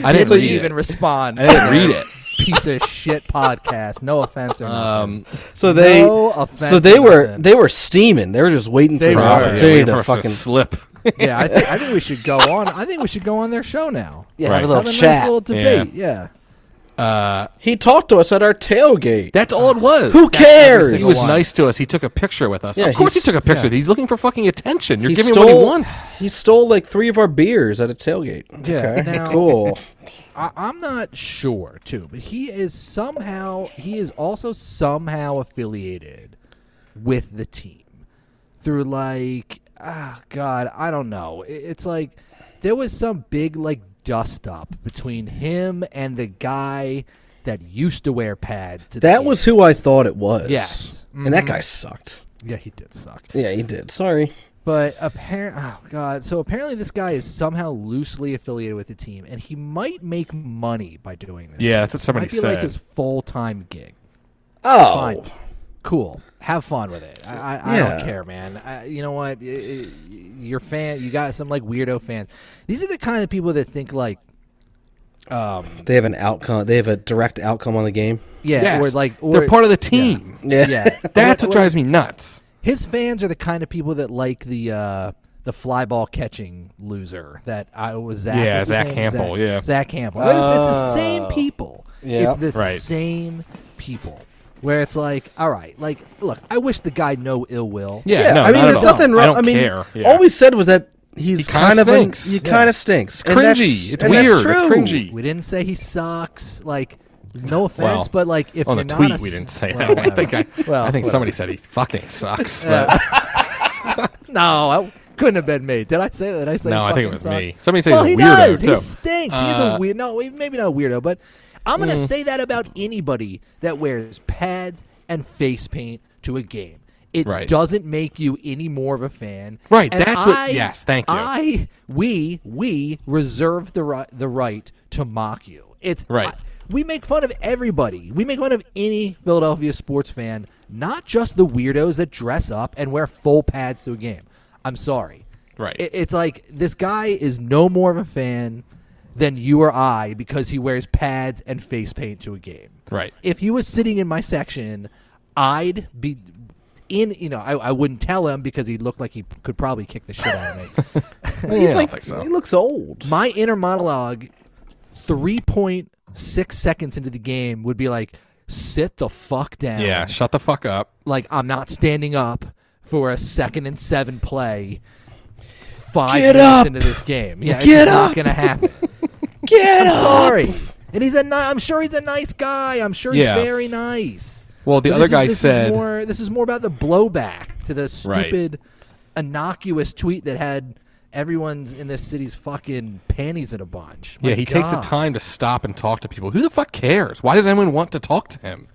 C: I didn't
D: didn't
C: read
D: even
C: it.
D: respond.
C: I didn't read it.
D: Piece of shit podcast. No offense. Or um,
C: Um,
E: So they
D: No offense
E: so they were
D: nothing.
E: they were steaming. They were just waiting
D: They
E: for
D: were.
E: an
C: probably,
E: opportunity
C: waiting for
E: to
C: us to
E: fucking
C: slip.
D: yeah, I, think I think we should go on. I think we should go on their show now.
E: yeah,
C: Right.
E: have a
D: Have a
E: little
D: nice
E: chat.
D: little debate. Yeah.
E: He talked to us at our tailgate.
C: That's all it was.
E: Who cares?
C: He was nice to us. He took a picture with us.
E: Yeah,
C: of course, he
E: he's-
C: took a picture. with He's looking for fucking attention. You're
E: He
C: giving
E: stole,
C: him what he wants.
E: He stole like three of our beers at a tailgate.
D: Yeah,
E: Okay,
D: now-
E: cool.
D: I, I'm not sure too, but he is somehow he is also somehow affiliated with the team through like ah god I don't know. It, it's like there was some big like dust up between him and the guy that used to wear pads. to the
E: That
D: game.
E: was who I thought it was.
D: Yes.
E: and that guy sucked.
D: yeah he did suck.
E: Yeah, he did. Sorry.
D: But apparently, oh god! So apparently, this guy is somehow loosely affiliated with the team, and he might make money by doing this.
C: Yeah, that's what somebody
D: might be like
C: said.
D: his full time gig.
E: Oh,
D: Fine, cool. Have fun with it. I, I, I don't
E: Yeah.
D: care, man. I, you know what? Y- y- Your fan, you got some like weirdo fans. These are the kind of people that think like, um,
E: they have an outcome. They have a direct outcome on the game.
D: yeah,
C: Yes.
D: or like, or,
C: they're part of the team.
E: Yeah,
D: yeah.
C: That's
D: Or-
C: what
D: or-
C: drives me nuts.
D: His fans are the kind of people that like the uh, the fly ball catching loser that I was Zach.
C: Yeah,
D: what's his
C: Zach
D: name?
C: Campbell,
D: Zach,
C: yeah. Oh.
D: Zach Campbell. Like, it's, it's the same people.
E: Yeah.
D: it's the
C: Right.
D: same people. Where it's like, all right, like, look, I wish the guy no ill will.
C: Yeah, no,
E: I mean,
C: not at
E: there's
C: all.
E: nothing wrong.
C: I don't
E: mean,
C: care. Yeah.
E: all we said was that he's
C: He kinda
E: kind of an-
C: stinks.
E: he
C: Yeah.
E: kind of stinks.
C: It's cringy. It's weird. It's cringy.
D: We didn't say he sucks. Like, no offense,
C: Well,
D: but like, if
C: on
D: you're
C: the
D: not
C: tweet,
D: a
C: we didn't
D: s-
C: say
D: well,
C: that. I
D: whatever.
C: think I,
D: Well,
C: I think
D: whatever.
C: somebody said he fucking sucks.
D: Yeah.
C: but-
D: no, that couldn't have been me. Did I say that? Did I say
C: No,
D: he
C: I think it
D: fucking
C: was
D: sucks?
C: me. Somebody said
D: well,
C: he's
D: he
C: a weirdo.
D: does. He
C: too.
D: stinks. he is
C: Uh, mm.
D: a weird. No, he- maybe not a weirdo, but I'm gonna say that about anybody that wears pads and face paint to a game. It
C: Right.
D: doesn't make you any more of a fan.
C: Right,
D: And
C: that's what-
D: I-
C: yes, thank you.
D: I, we, we reserve the right, the right to mock you. It's
C: Right.
D: I- we make fun of everybody. We make fun of any Philadelphia sports fan, not just the weirdos that dress up and wear full pads to a game. I'm sorry.
C: Right.
D: It- it's like this guy is no more of a fan than you or I because he wears pads and face paint to a game.
C: Right.
D: If he was sitting in my section, I'd be in, you know, I, I wouldn't tell him because he looked like he could probably kick the shit out of me.
E: He's
C: I
E: like,
C: don't think so.
E: he looks old.
D: my inner monologue 3.6 seconds into the game would be like sit the fuck down
C: Yeah, shut the fuck up.
D: like i'm not standing up for a second and seven play five
E: Get
D: minutes
E: up.
D: into this game yeah it's
E: Get
D: just not
E: up.
D: gonna happen
E: Get up.
D: sorry and he's a ni- i'm sure he's a nice guy i'm sure
C: Yeah.
D: he's very nice
C: Well, the
D: But
C: other
D: this is-
C: guy
D: this is
C: said-
D: more, this is more about the blowback to the
C: Right.
D: stupid innocuous tweet that had everyone's in this city's fucking panties in a bunch My
C: yeah, he takes the
D: God.
C: time to stop and talk to people. Who the fuck cares? Why does anyone want to talk to him?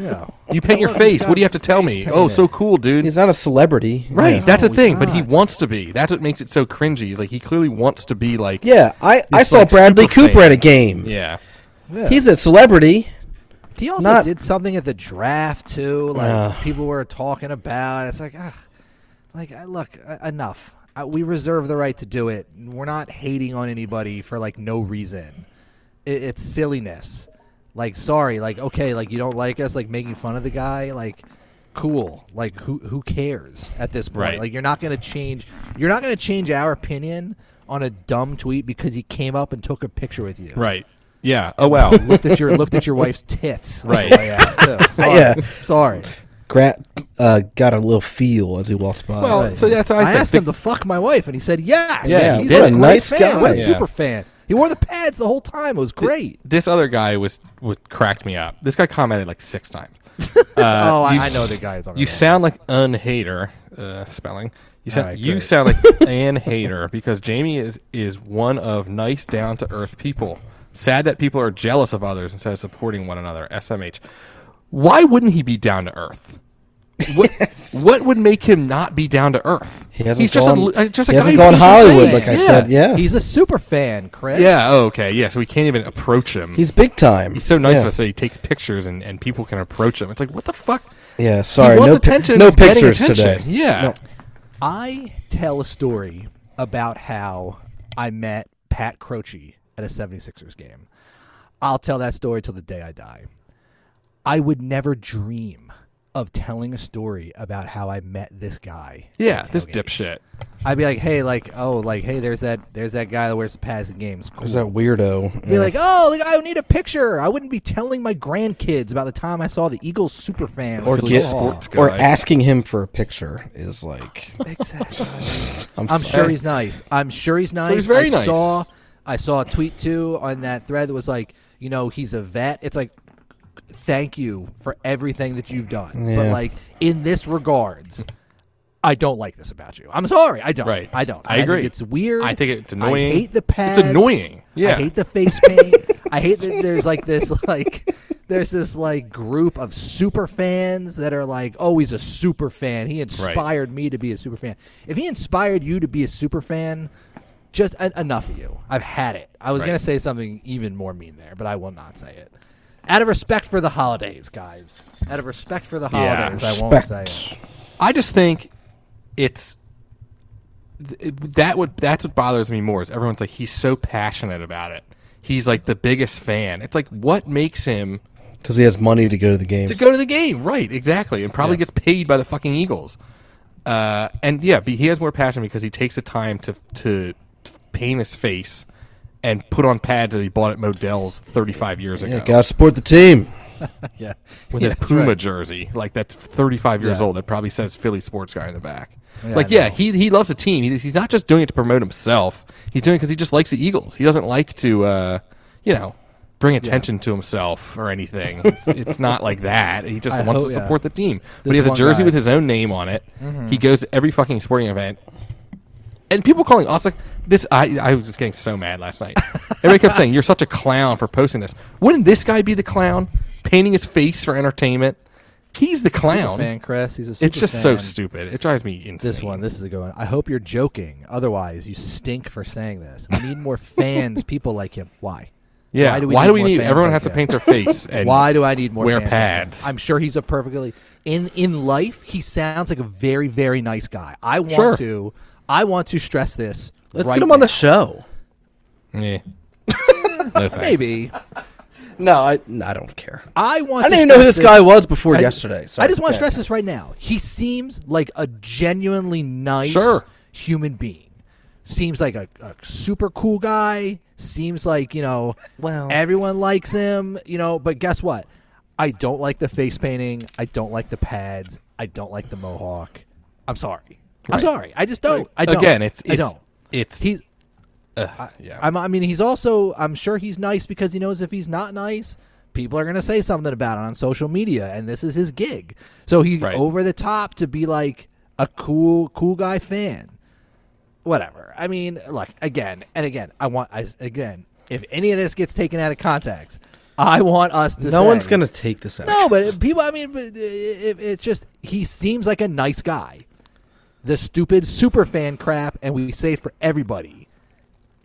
D: Yeah.
C: You paint your
D: Look, he's
C: face.
D: got
C: What do you have to tell me?
D: face
C: Oh,
D: painted.
C: so cool, dude.
E: He's not a celebrity.
C: right,
E: Yeah.
C: that's the
D: he's
C: thing. But he
D: not.
C: wants to be. That's what makes it so cringy. He's like he clearly wants to be like.
E: Yeah, I, I saw
C: like
E: Bradley
C: super
E: Cooper
C: fan.
E: at a game.
C: Yeah.
D: Yeah.
E: He's a celebrity.
D: he also
E: not-
D: did something at the draft too. Like
E: Ugh.
D: people were talking about. It's like, ugh, like I, look, uh, enough. I, we reserve the right to do it. We're not hating on anybody for like no reason. it, it's silliness. Like, sorry, like okay, like you don't like us, like making fun of the guy, like cool. Like who who cares at this point?
C: Right.
D: Like you're not gonna change you're not gonna change our opinion on a dumb tweet because he came up and took a picture with you.
C: Right. Yeah. Oh wow.
D: Looked at your looked at your wife's tits. on the
C: Right.
D: way out, too. Sorry.
B: Yeah.
D: Sorry.
B: Grant uh, got a little feel as he walks by.
C: Well, so that's what I,
D: I,
C: think.
D: asked him to fuck my wife, and he said yes.
B: Yeah,
D: he's
B: what
D: a
B: a
D: great
B: nice
D: fan.
B: guy.
D: What a
C: Yeah.
D: super fan. He wore the pads the whole time. It was great.
C: this other guy was was cracked me up. This guy commented like six times. Uh,
B: Uh,
D: oh,
C: you-
D: I, I know the guys.
C: You sound like an hater. Uh, spelling. You sound,
D: Alright,
C: you
D: great.
C: sound like an hater because Jamie is is one of nice, down to earth people. Sad that people are jealous of others instead of supporting one another. SMH. Why wouldn't he be down to earth? What, what would make him not be down to earth?
B: He hasn't
C: He's just a
B: gone-
C: lo- uh, just a
B: he
C: guy
B: hasn't
C: who
B: gone
C: beats his
B: Hollywood,
C: face.
B: like I said. Yeah,
D: He's a super fan, Chris.
C: Yeah. Oh, okay. Yeah. So we can't even approach him.
B: he's big time.
C: He's so nice
B: yeah.
C: of us that he takes pictures and, and people can approach him. It's like, what the fuck?
B: Yeah, sorry,
C: he wants
B: no, pi-
C: attention. and
B: no
C: he's getting
B: pictures
C: attention.
B: today.
C: Yeah.
D: I tell a story about how I met Pat Croce at a 76ers game. I'll tell that story till the day I die. I would never dream of telling a story about how I met this guy. at
C: Yeah.
D: a
C: This
D: tailgate.
C: dipshit.
D: I'd be like, hey, like, oh, like, hey, there's that, there's that guy that wears the pads in games. Cool.
B: He's that weirdo.
D: be like, oh, like, I need a picture. I wouldn't be telling my grandkids about the time I saw the Eagles super fan oh.
B: or
D: Philly
B: get,
D: Hall.
C: sports guy.
B: or asking him for a picture is like,
D: Exactly.
B: I'm,
D: I'm
B: sorry.
D: sure he's nice. I'm sure he's nice.
C: he's very
D: I
C: nice.
D: Saw, I saw a tweet too on that thread that was like, you know, he's a vet. It's like, thank you for everything that you've done. But
B: Yeah.
D: like in this regards, I don't like this about you. I'm sorry. I don't.
C: Right.
D: I don't.
C: I agree.
D: Think it's weird.
C: I think it's annoying.
D: I hate the
C: It's
D: pads.
C: annoying. Yeah.
D: I hate the face paint. I hate that there's like this like there's this like group of super fans that are like, oh, he's a super fan. He inspired me to be a super fan. If he inspired you to be a super fan, just en- enough of you. I've had it. I was
C: Right.
D: gonna say something even more mean there, but I will not say it. Out of respect for the holidays, guys. Out of respect for the
C: Yeah.
D: holidays, I won't say it.
C: I just think it's th- it- that would that's what bothers me more is everyone's like he's so passionate about it. He's like the biggest fan. It's like what makes him
B: because he has money to go to the game.
C: to go to the game, right? Exactly, and probably gets paid by the fucking Eagles. Uh, and yeah, but he has more passion because he takes the time to to paint his face and put on pads that he bought at Modell's 35 years ago
B: Yeah, gotta support the team.
D: Yeah.
C: with
D: Yeah,
C: his
D: that's
C: Puma
D: right.
C: jersey, like that's 35 years
D: Yeah.
C: old. That probably says Philly sports guy in the back.
D: Yeah,
C: like,
D: I
C: yeah,
D: know.
C: he he loves the team. He, he's not just doing it to promote himself. He's doing it because he just likes the Eagles. He doesn't like to, uh, you know, bring attention to himself or anything. It's, it's not like that. He just
D: I
C: wants
D: hope-
C: to
D: yeah.
C: support the team. but
D: This
C: he has a
D: one
C: jersey
D: guy. Mm-hmm.
C: with his own name on it. He goes to every fucking sporting event. And people calling us like this. I I was just getting so mad last night. Everybody kept saying you're such a clown for posting this. Wouldn't this guy be the clown, painting his face for entertainment? He's the
D: Super fan
C: clown.
D: Chris. He's a super
C: It's just so
D: fan.
C: stupid. It drives me insane.
D: This one, this is a good one. I hope you're joking. Otherwise, you stink for saying this. We need more fans, people like him. Why?
C: yeah. Why do we? Why need
D: more fans
C: everyone
D: like
C: has to
D: him?
C: paint their face. And
D: Why do I need more?
C: wear
D: fans like him?
C: pads?
D: I'm sure he's a perfectly in in life. He sounds like a very very nice guy. I want
C: Sure.
D: to. I want to stress this.
E: Let's
D: right
E: get him on
D: now.
E: the show.
C: Yeah. No thanks.
D: Maybe
E: No, I no, I don't care.
D: I want.
E: I
D: to
E: didn't even know who
D: stress
E: this guy was before yesterday. So
D: I just want to
E: yeah.
D: stress this right now. He seems like a genuinely nice
C: Sure.
D: human being. Seems like a, a super cool guy. Seems like, you know,
E: Well-
D: everyone likes him, you know, but guess what? I don't like the face painting. I don't like the pads. I don't like the mohawk. I'm sorry. I'm
C: Right.
D: sorry. I just don't. I don't.
C: Again, it's
D: I
C: it's
D: don't.
C: it's
D: He's
C: yeah.
D: I'm, I mean, he's also, I'm sure he's nice because he knows if he's not nice, people are going to say something about it on social media, and this is his gig. So he's
C: Right.
D: over the top to be like a cool, cool guy fan. Whatever. I mean, look, again and again, I want, I, again, if any of this gets taken out of context, I want us to
E: No
D: say-
E: one's gonna take this out.
D: no, but people. I mean, but it, it, it's just he seems like a nice guy. The stupid super fan crap, and we say it for everybody.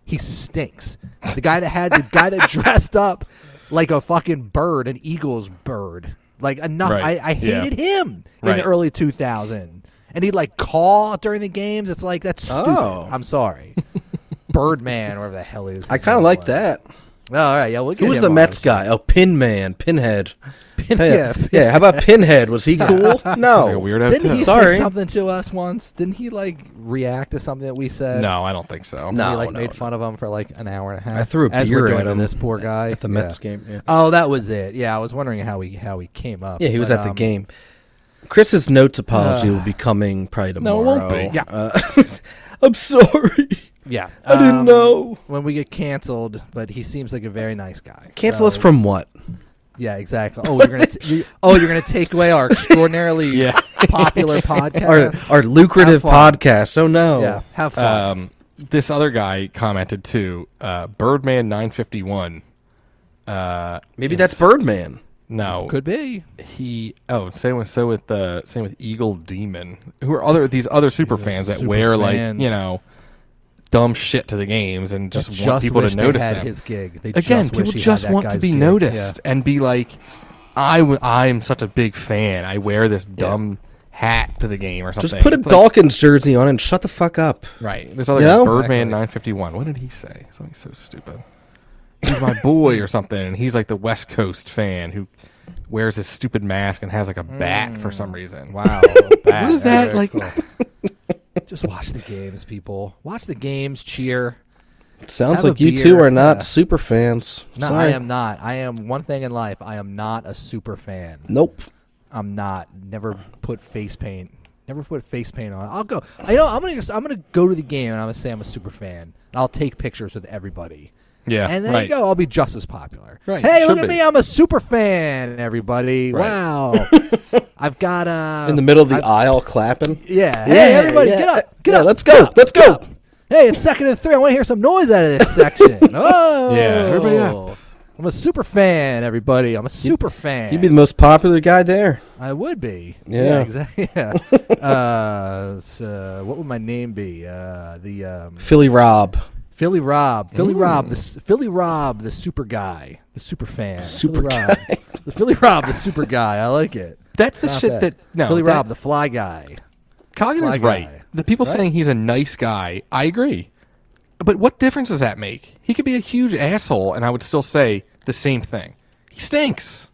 D: He stinks. The guy that had the guy that dressed up like a fucking bird, an Eagles bird. Like enough.
C: Right.
D: I, I
C: Yeah.
D: hated him in
C: Right.
D: the early 2000s, and he'd like caw during the games. It's like that's stupid.
E: Oh.
D: I'm sorry, Birdman, whatever the hell is.
E: I kind of like that.
D: Oh, all right, yeah, we'll get
B: Who was
D: him
B: the
D: on.
B: Mets guy? Oh, Pin Man, Pinhead.
D: yeah.
B: yeah. How about Pinhead? Was he cool?
C: Like a
B: No.
C: weirdo.
D: Didn't
C: too.
D: he
B: Sorry.
D: say something to us once? Didn't he like react to something that we said?
C: No, I don't think so.
B: No.
D: we like made
B: no.
D: fun of him for like an hour and a half.
B: I threw a
D: as
B: beer
D: we're doing
B: at
D: to
B: him
D: This poor guy
B: at the
D: Yeah.
B: Mets game, yeah.
D: Oh, that was it. Yeah, I was wondering how he how he came up.
B: Yeah, he was
D: but,
B: at the
D: um,
B: game. Chris's notes apology will be coming probably
C: No,
B: tomorrow.
C: it won't be.
D: Yeah.
B: Uh, I'm sorry.
D: Yeah,
B: I didn't
D: um,
B: know.
D: when we get canceled, but he seems like a very nice guy.
B: Cancel
D: So-
B: us from what?
D: Yeah, exactly. Oh, you're gonna t- you, oh you're gonna take away our extraordinarily
C: Yeah.
D: popular
B: Our,
D: podcast.
B: our lucrative
D: fun.
B: podcast. Oh no.
D: yeah, have fun.
C: Um, this other guy commented too. Uh, Birdman nine fifty one. Uh,
B: Maybe that's Birdman.
C: no,
D: Could be.
C: he? Oh, same with so with uh, same with Eagle Demon, who are other these other super fans that
D: super
C: wear
D: fans.
C: like you know dumb shit to the games and just
D: Just
C: want people
D: wish
C: to notice
D: they had
C: them.
D: his gig. They
C: Again,
D: just wish
C: people
D: he had
C: just
D: that
C: want to
D: guy's
C: be
D: gig.
C: noticed
D: Yeah.
C: and be like, I w- I'm such a big fan. I wear this dumb hat to the game or something.
B: Just put a
C: It's like-
B: Dawkins jersey on and shut the fuck up.
C: Right. This other
B: You
C: guy,
B: know?
C: Birdman nine fifty one. What did he say? Something so stupid. He's my boy or something, and he's like the West Coast fan who wears his stupid mask and has like a bat for
D: Mm.
C: some reason. Wow.
D: What
C: What is that like?
D: Just watch the games, people. Watch the games. Cheer.
B: It sounds
D: Have a
B: like you
D: beer,
B: two are not
D: yeah.
B: super fans.
D: No,
B: Sorry.
D: I am not. I am one thing in life. I am not a super fan.
B: Nope.
D: I'm not. Never put face paint. Never put face paint on. I'll go. I know. I'm gonna. I'm gonna go to the game and I'm gonna say I'm a super fan. And I'll take pictures with everybody.
C: Yeah.
D: And there
C: right.
D: you go. I'll be just as popular.
C: Right,
D: Hey, look
C: should
D: at
C: be.
D: me. I'm a super fan. Everybody.
C: Right.
D: Wow. I've got uh
B: In the middle of the aisle clapping.
D: Yeah. Hey, everybody, get up. Get
B: Yeah,
D: up.
B: Let's
D: get
B: go.
D: up,
B: let's
D: get
B: go.
D: up. Hey, it's second and three. I want to hear some noise out of this section. oh.
C: Yeah, everybody up.
D: I'm a super fan, everybody. I'm a super fan.
B: You'd be the most popular guy there.
D: I would be.
B: Yeah.
D: exactly. Yeah. uh, so what would my name be? Uh, the um,
B: Philly Rob.
D: Philly Rob. Philly Rob. The s- Philly Rob, the super guy, the super fan.
B: Super
D: Philly Rob. The Philly Rob, the super guy. I like it.
C: That's the
D: Not
C: shit
D: bad.
C: that no.
D: Philly
C: that,
D: Rob, the fly guy.
C: Coggin
D: fly
C: is right.
D: guy.
C: The people saying he's a nice guy, I agree. But what difference does that make? He could be a huge asshole, and I would still say the same thing. He stinks.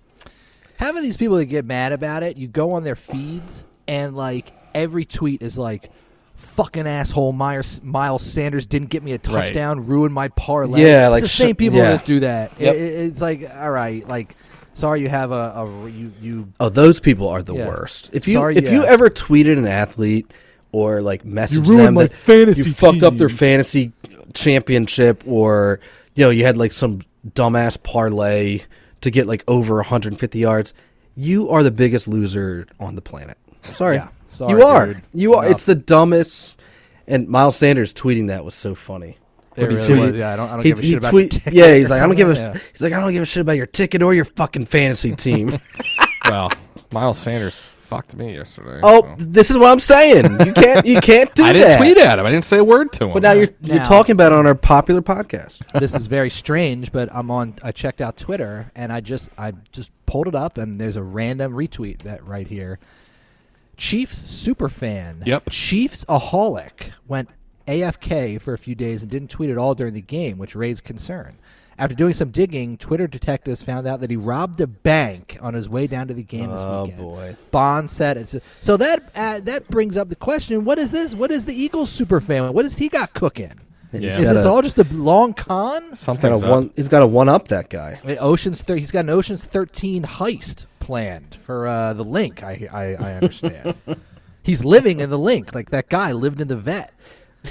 D: having these people that get mad about it, you go on their feeds and like every tweet is like, "Fucking asshole, Myers, Miles Sanders didn't get me a touchdown, ruined my parlay."
B: Yeah,
D: It's
B: like,
D: the same
B: shut-
D: people
B: yeah.
D: that do that. It-
B: Yep.
D: it- it's like, all right, like, sorry, you have a, a you you
B: Oh, those people are the
D: Yeah.
B: worst. If you
D: Sorry,
B: if you
D: yeah.
B: ever tweeted an athlete or like messaged
C: ruined
B: them
C: my
B: that
C: fantasy
B: you fucked up their
C: team.
B: fantasy championship or you know, you had like some dumbass parlay to get like over 150 yards, you are the biggest loser on the planet. Sorry.
D: Yeah. Sorry,
B: you are.
D: dude.
B: You are.
D: Enough.
B: It's the dumbest and Miles Sanders tweeting that was so funny.
D: It
B: He
D: really
B: tweeted-
D: was, yeah, I don't- I don't
B: he-
D: give a
B: he
D: shit about
B: tweet-
D: your ticket
B: Yeah, he's
D: or
B: like, I don't give a.
D: something, yeah.
B: He's like, I don't give a shit about your ticket or your fucking fantasy team.
C: Well, Miles Sanders fucked me yesterday.
B: Oh,
C: so.
B: this is what I'm saying. You can't you can't do
C: I
B: that.
C: didn't tweet at him. I didn't say a word to him.
B: But now you're you're
D: Now-
B: talking about it on our popular podcast.
D: this is very strange, but I'm on. I checked out Twitter, and I just I just pulled it up, and there's a random retweet that right here. Chiefs superfan.
C: Yep.
D: Chiefs aholic went AFK for a few days and didn't tweet at all during the game, which raised concern. After doing some digging, Twitter detectives found out that he robbed a bank on his way down to the game this
B: Oh,
D: weekend.
B: boy.
D: Bond said it's so that uh, that brings up the question: What is this? What is the Eagles superfan? What has he got cooking?
C: Yeah.
D: Is
B: Got
D: this
B: a-
D: all just a long con?
B: He's got
C: something's
B: a
C: up.
B: one. He's got a one up that guy.
D: An Ocean's thir- he's got an Ocean's Thirteen heist planned for uh, the Link. I I, I understand. he's living in the Link, like that guy lived in the vet.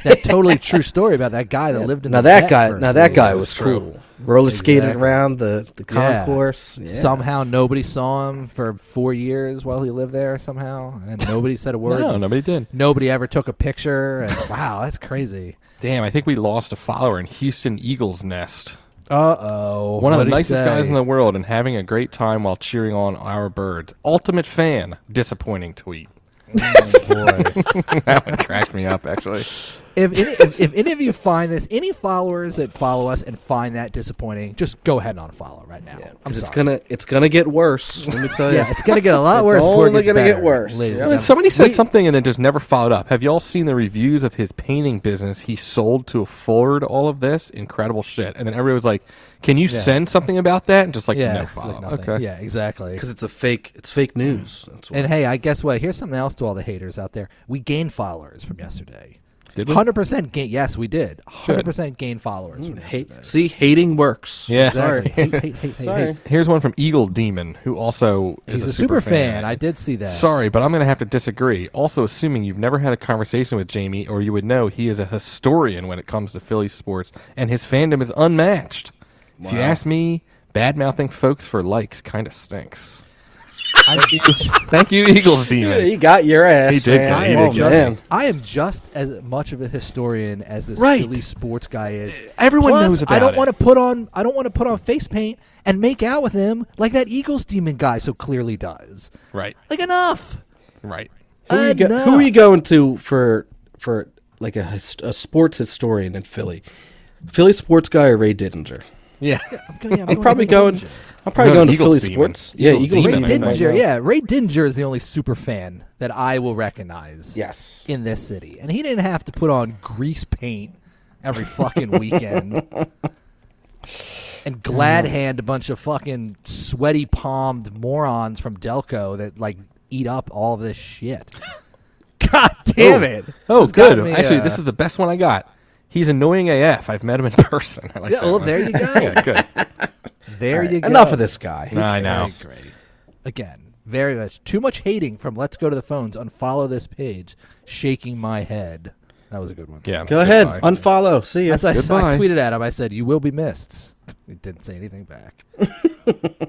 D: That totally true story about that guy that lived in
B: Now
D: the
B: that
D: vet
B: guy.
D: for-
B: Now that guy was
C: That's true.
B: cool. Roller skated
D: Exactly.
B: around the the
D: Yeah.
B: concourse. Yeah.
D: Somehow nobody saw him for four years while he lived there. Somehow, and nobody said a word.
C: No, nobody did.
D: Nobody ever took a picture. And wow, that's crazy.
C: Damn, I think we lost a follower in Houston Eagles Nest.
D: Uh oh.
C: One of the nicest guys in the world and having a great time while cheering on our birds. Ultimate fan. Disappointing tweet.
D: Oh, boy.
C: that one cracked me up, actually.
D: If, any, if, if any of you find this, any followers that follow us and find that disappointing, just go ahead and unfollow right now. I'm
E: Because
D: sorry.
E: it's gonna it's gonna get worse. Let me tell you.
D: yeah, it's gonna get a lot worse. before it
E: only
D: gets
E: gonna get
D: better,
E: worse.
D: ladies and
E: Yeah.
C: I mean,
D: gentlemen.
C: somebody said
D: We-
C: something and then just never followed up. Have y'all seen the reviews of his painting business he sold to afford all of this? Incredible shit. And then everybody was like, "Can you send something about that?" And just like,
D: Yeah,
C: no
D: it's like
C: follow.
D: nothing.
C: okay.
D: Yeah, exactly.
E: because it's a fake it's fake news. That's why.
D: And hey, I guess what? Here's something else to all the haters out there. We gained followers from yesterday.
C: Did we?
D: Hundred percent gain. Yes, we did. Hundred percent gain followers. From
E: Hate,
D: yesterday.
E: see, hating works.
C: Yeah.
D: Exactly. Hate, hate, hate, hate,
E: Sorry.
D: hate.
C: Here's one from Eagle Demon, who also
D: He's
C: is
D: a, super fan. I did see that.
C: Sorry, but I'm going to have to disagree. Also, assuming you've never had a conversation with Jamie, or you would know he is a historian when it comes to Philly sports, and his fandom is unmatched. If you ask me, bad mouthing folks for likes kind of stinks. Thank you, Eagles
E: Yeah,
C: Demon.
E: he got your ass.
C: He did
E: man.
C: get- he
E: Oh,
C: did get-
E: man.
D: I am just as much of a historian as this
E: Right.
D: Philly sports guy is.
C: everyone
D: Plus,
C: knows
D: I
C: about
D: don't
C: it.
D: want to put on I don't want to put on face paint and make out with him like that Eagles demon guy so clearly does.
C: Right,
D: Like enough.
C: right.
E: Who are, you go- who are you going to for for like a, his- a sports historian in Philly? Philly sports guy or Ray Didinger?
D: Oh,
C: Yeah.
E: I'm probably going. I'm probably
C: No,
E: going to
C: Eagles
E: Philly
C: demon.
E: sports. Yeah,
C: Eagles
E: Eagles
D: Ray
C: demon,
E: demon
C: I
E: right
D: Dinger,
E: now.
D: yeah, Ray Dinger is the only super fan that I will recognize.
E: Yes.
D: in this city, and he didn't have to put on grease paint every fucking weekend and glad hand a bunch of fucking sweaty palmed morons from Delco that like eat up all of this shit. God damn it! This
C: Oh,
D: has gotten
C: good.
D: me,
C: Actually,
D: uh,
C: this is the best one I got. He's annoying AF. I've met him in person. I like
D: Yeah,
C: that
D: well,
C: one.
D: there you go.
C: yeah, good.
D: there you go.
E: Enough of this guy.
C: I know.
D: again. Very much too much hating from Let's Go to the Phones. Unfollow this page. Shaking my head. That was a good one.
C: Yeah.
E: Go ahead,
C: goodbye.
E: unfollow. See you.
D: That's I, I
C: Goodbye.
D: tweeted at him. I said, "You will be missed." He didn't say anything back.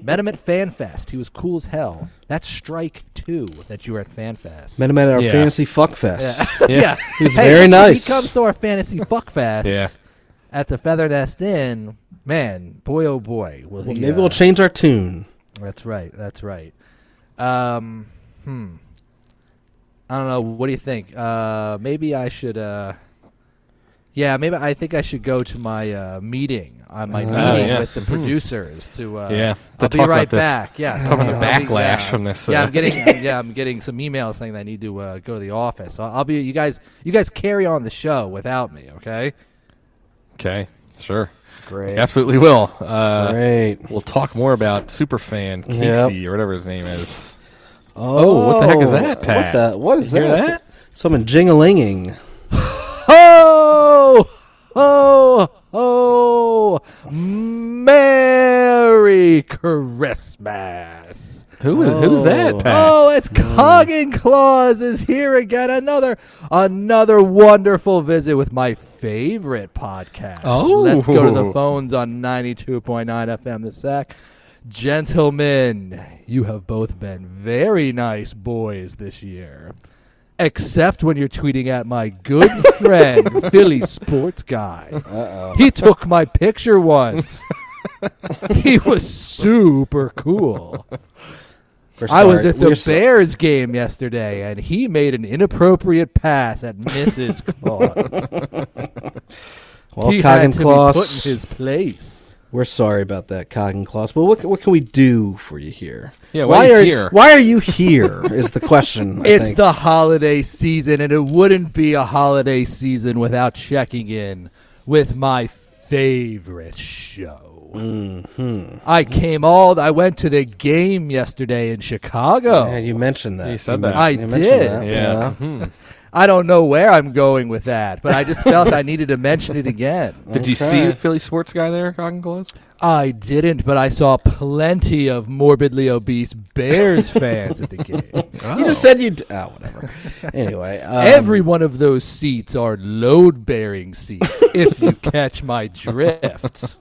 D: Met him at FanFest. He was cool as hell. That's strike two that you were at FanFest.
E: Met him at our
C: Yeah.
E: fantasy fuck fest.
C: yeah.
E: He was
D: Hey,
E: very nice.
D: He comes to our fantasy fuck fest
C: Yeah.
D: at the Feather Nest Inn. Man, boy, oh boy, will he?
E: Maybe we'll
D: uh,
E: change our tune.
D: That's right. That's right. Um, hmm. I don't know. What do you think? Uh, maybe I should. Uh, yeah, maybe I think I should go to my uh, meeting. Uh, my meeting
C: Ah, yeah. Hmm.
D: with the producers to. Uh,
C: Yeah, to
D: I'll be
C: talk about
D: right
C: this.
D: back. Yes,
C: Talk about the
D: I'll be- I'll be-
C: backlash
D: yeah.
C: from this,
D: Yeah,
C: uh,
D: I'm getting. yeah, I'm getting some emails saying that I need to uh, go to the office. So I'll be. You guys, you guys carry on the show without me. Okay.
C: Okay. Sure.
D: Great.
C: We absolutely will. Uh,
E: Great.
C: We'll talk more about Superfan
E: Yep.
C: Casey or whatever his name is.
E: Oh,
C: what the heck is that, Pat?
E: What the? What is
C: You hear
E: that?
C: that?
E: Someone jingling.
D: Ho! Ho! Ho! Merry Christmas!
C: Who is, Who's that, Pat?
D: Oh, it's Coggin Claus is here again. Another, another wonderful visit with my favorite podcast.
C: Oh.
D: let's go to the phones on ninety-two point nine FM. The sack, gentlemen, you have both been very nice boys this year, except when you're tweeting at my good friend Philly sports guy. Uh-oh. He took my picture once. he was super cool.
E: We're
D: I was
E: sorry.
D: at the
E: We're so-
D: Bears game yesterday, and he made an inappropriate pass at Mrs. Claus.
E: well,
D: he
E: Cog
D: had
E: and
D: to be
E: Claus.
D: put in his place.
E: We're sorry about that, Cog and Claus. But what what can we do for you here?
C: Yeah, why are you
E: are
C: here?
E: Why are you here? is the question. I
D: it's
E: think.
D: the holiday season, and it wouldn't be a holiday season without checking in with my favorite show.
E: Mm-hmm.
D: I came all. I went to the game yesterday in Chicago.
E: Yeah, you mentioned that.
C: You said
E: You
C: that.
E: men-
D: I
E: you mentioned
D: did.
E: that,
C: yeah.
D: I don't know where I'm going with that, but I just felt I needed to mention it again.
C: Did you see the Philly sports guy there, Cotton Gloves?
D: I didn't, but I saw plenty of morbidly obese Bears fans at the game.
B: Um,
E: You just said you. D- oh, whatever. anyway, um,
D: Every one of those seats are load bearing seats, if you catch my drift.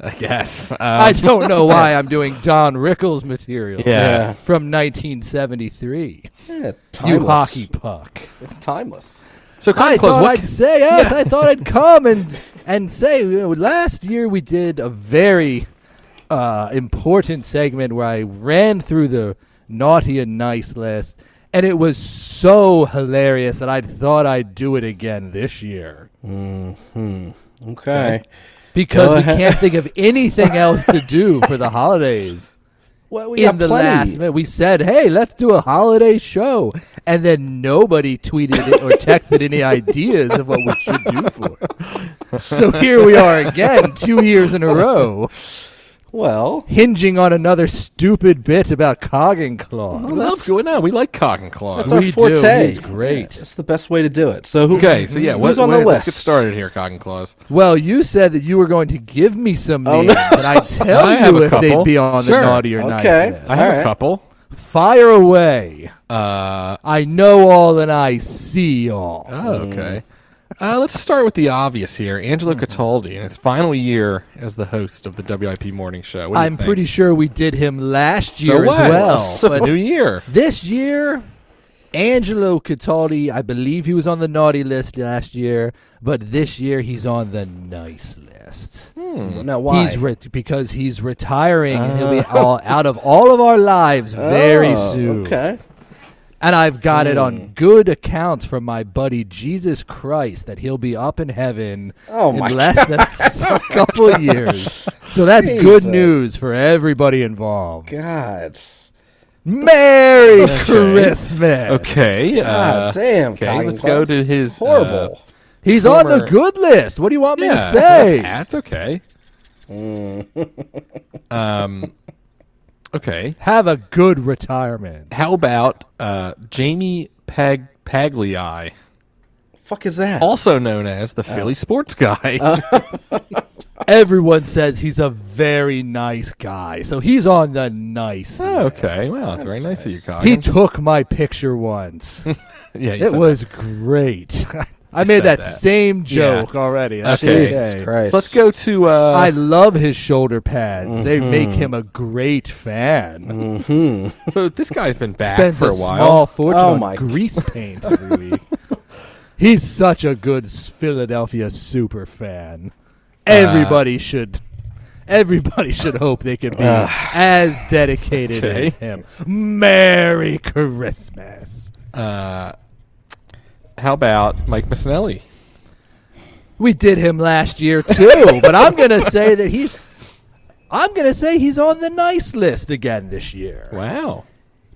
C: I guess.
D: I don't know why I'm doing Don Rickles material
C: yeah.
D: from 1973.
E: yeah,
D: You
E: timeless.
D: hockey puck.
E: It's timeless.
C: So
D: I
C: Cotton Claws,
D: thought
C: what?
D: I'd say yes. I thought I'd come and and say you know, last year we did a very uh, important segment where I ran through the naughty and nice list, and it was so hilarious that I thought I'd do it again this year
E: Okay.
D: because we can't think of anything else to do for the holidays.
E: Well, we
D: in the last minute, we said, "Hey, let's do a holiday show," and then nobody tweeted it or texted any ideas of what we should do for. it. So here we are again, two years in a row,
E: Well,
D: hinging on another stupid bit about Cog and Claw.
C: What else going on? We like cock and claw.
E: That's our
D: we do.
E: forte.
D: He's great.
E: It's the best way to do it. So who,
C: Okay, so yeah,
E: who's
C: what,
E: on
C: wait,
E: the
C: let's
E: list?
C: get started here, cock and claws.
D: Well, you said that you were going to give me some
E: Oh,
D: names, and I tell
C: I have
D: you
C: a
D: if they'd
C: couple.
D: be on
C: Sure.
D: the naughty or
E: Okay.
D: nice list.
C: I have
E: All
C: a
E: right.
C: couple.
D: Fire away.
C: Uh,
D: I know all and I see all.
C: Oh, okay. Uh, let's start with the obvious here. Angelo Cataldi in his final year as the host of the WIP Morning Show. What do you
D: I'm
C: think?
D: pretty sure we did him last
C: so
D: year
C: what?
D: as well.
C: It's a new year.
D: This year, Angelo Cataldi, I believe he was on the naughty list last year, but this year he's on the nice list.
E: Now why?
D: He's ret- because he's retiring and he'll be all out of all of our lives very
E: Oh,
D: soon.
E: Okay. Hmm.
D: And I've got it on good accounts from my buddy Jesus Christ that he'll be up in heaven
E: Oh,
D: in
E: my
D: less than a couple of years. So that's
E: Jesus.
D: good news for everybody involved.
E: God.
D: Merry Christmas.
C: Okay.
E: God
C: uh,
E: damn.
C: Okay,
E: Cotton
C: let's
E: Club.
C: go to his uh,
E: horrible.
D: He's on the
C: Former-
D: good list. What do you want me
C: yeah,
D: to say?
C: that's okay. um, okay.
D: Have a good retirement.
C: How about uh, Jamie Pag Pagliai,
E: Fuck is that?
C: also known as the Philly Sports Guy?
D: Everyone says he's a very nice guy, so he's on the nice.
C: Oh,
D: list.
C: okay. Wow, that's very nice of you, Cog.
D: He took my picture once.
C: yeah, you
D: It
C: said
D: was great. I made
C: said
D: that,
C: that.
D: same
C: Yeah.
D: joke already. That's
C: Okay.
E: Jesus
D: okay.
E: Christ.
C: Let's go to. Uh,
D: I love his shoulder pads. They make
C: Mm-hmm.
D: him a great fan.
C: so this guy's been back
D: Spends
C: for a,
D: a,
C: while.
D: small fortune
E: Oh
D: on
E: my
D: grease paint every week. He's such a good s- Philadelphia super fan.
C: Uh,
D: Everybody should. Everybody should hope they can be as dedicated
C: uh, okay.
D: as him. Merry Christmas.
C: Uh, How about Mike Missinelli?
D: We did him last year too, but I'm gonna say that he, I'm gonna say he's on the nice list again this year.
C: Wow.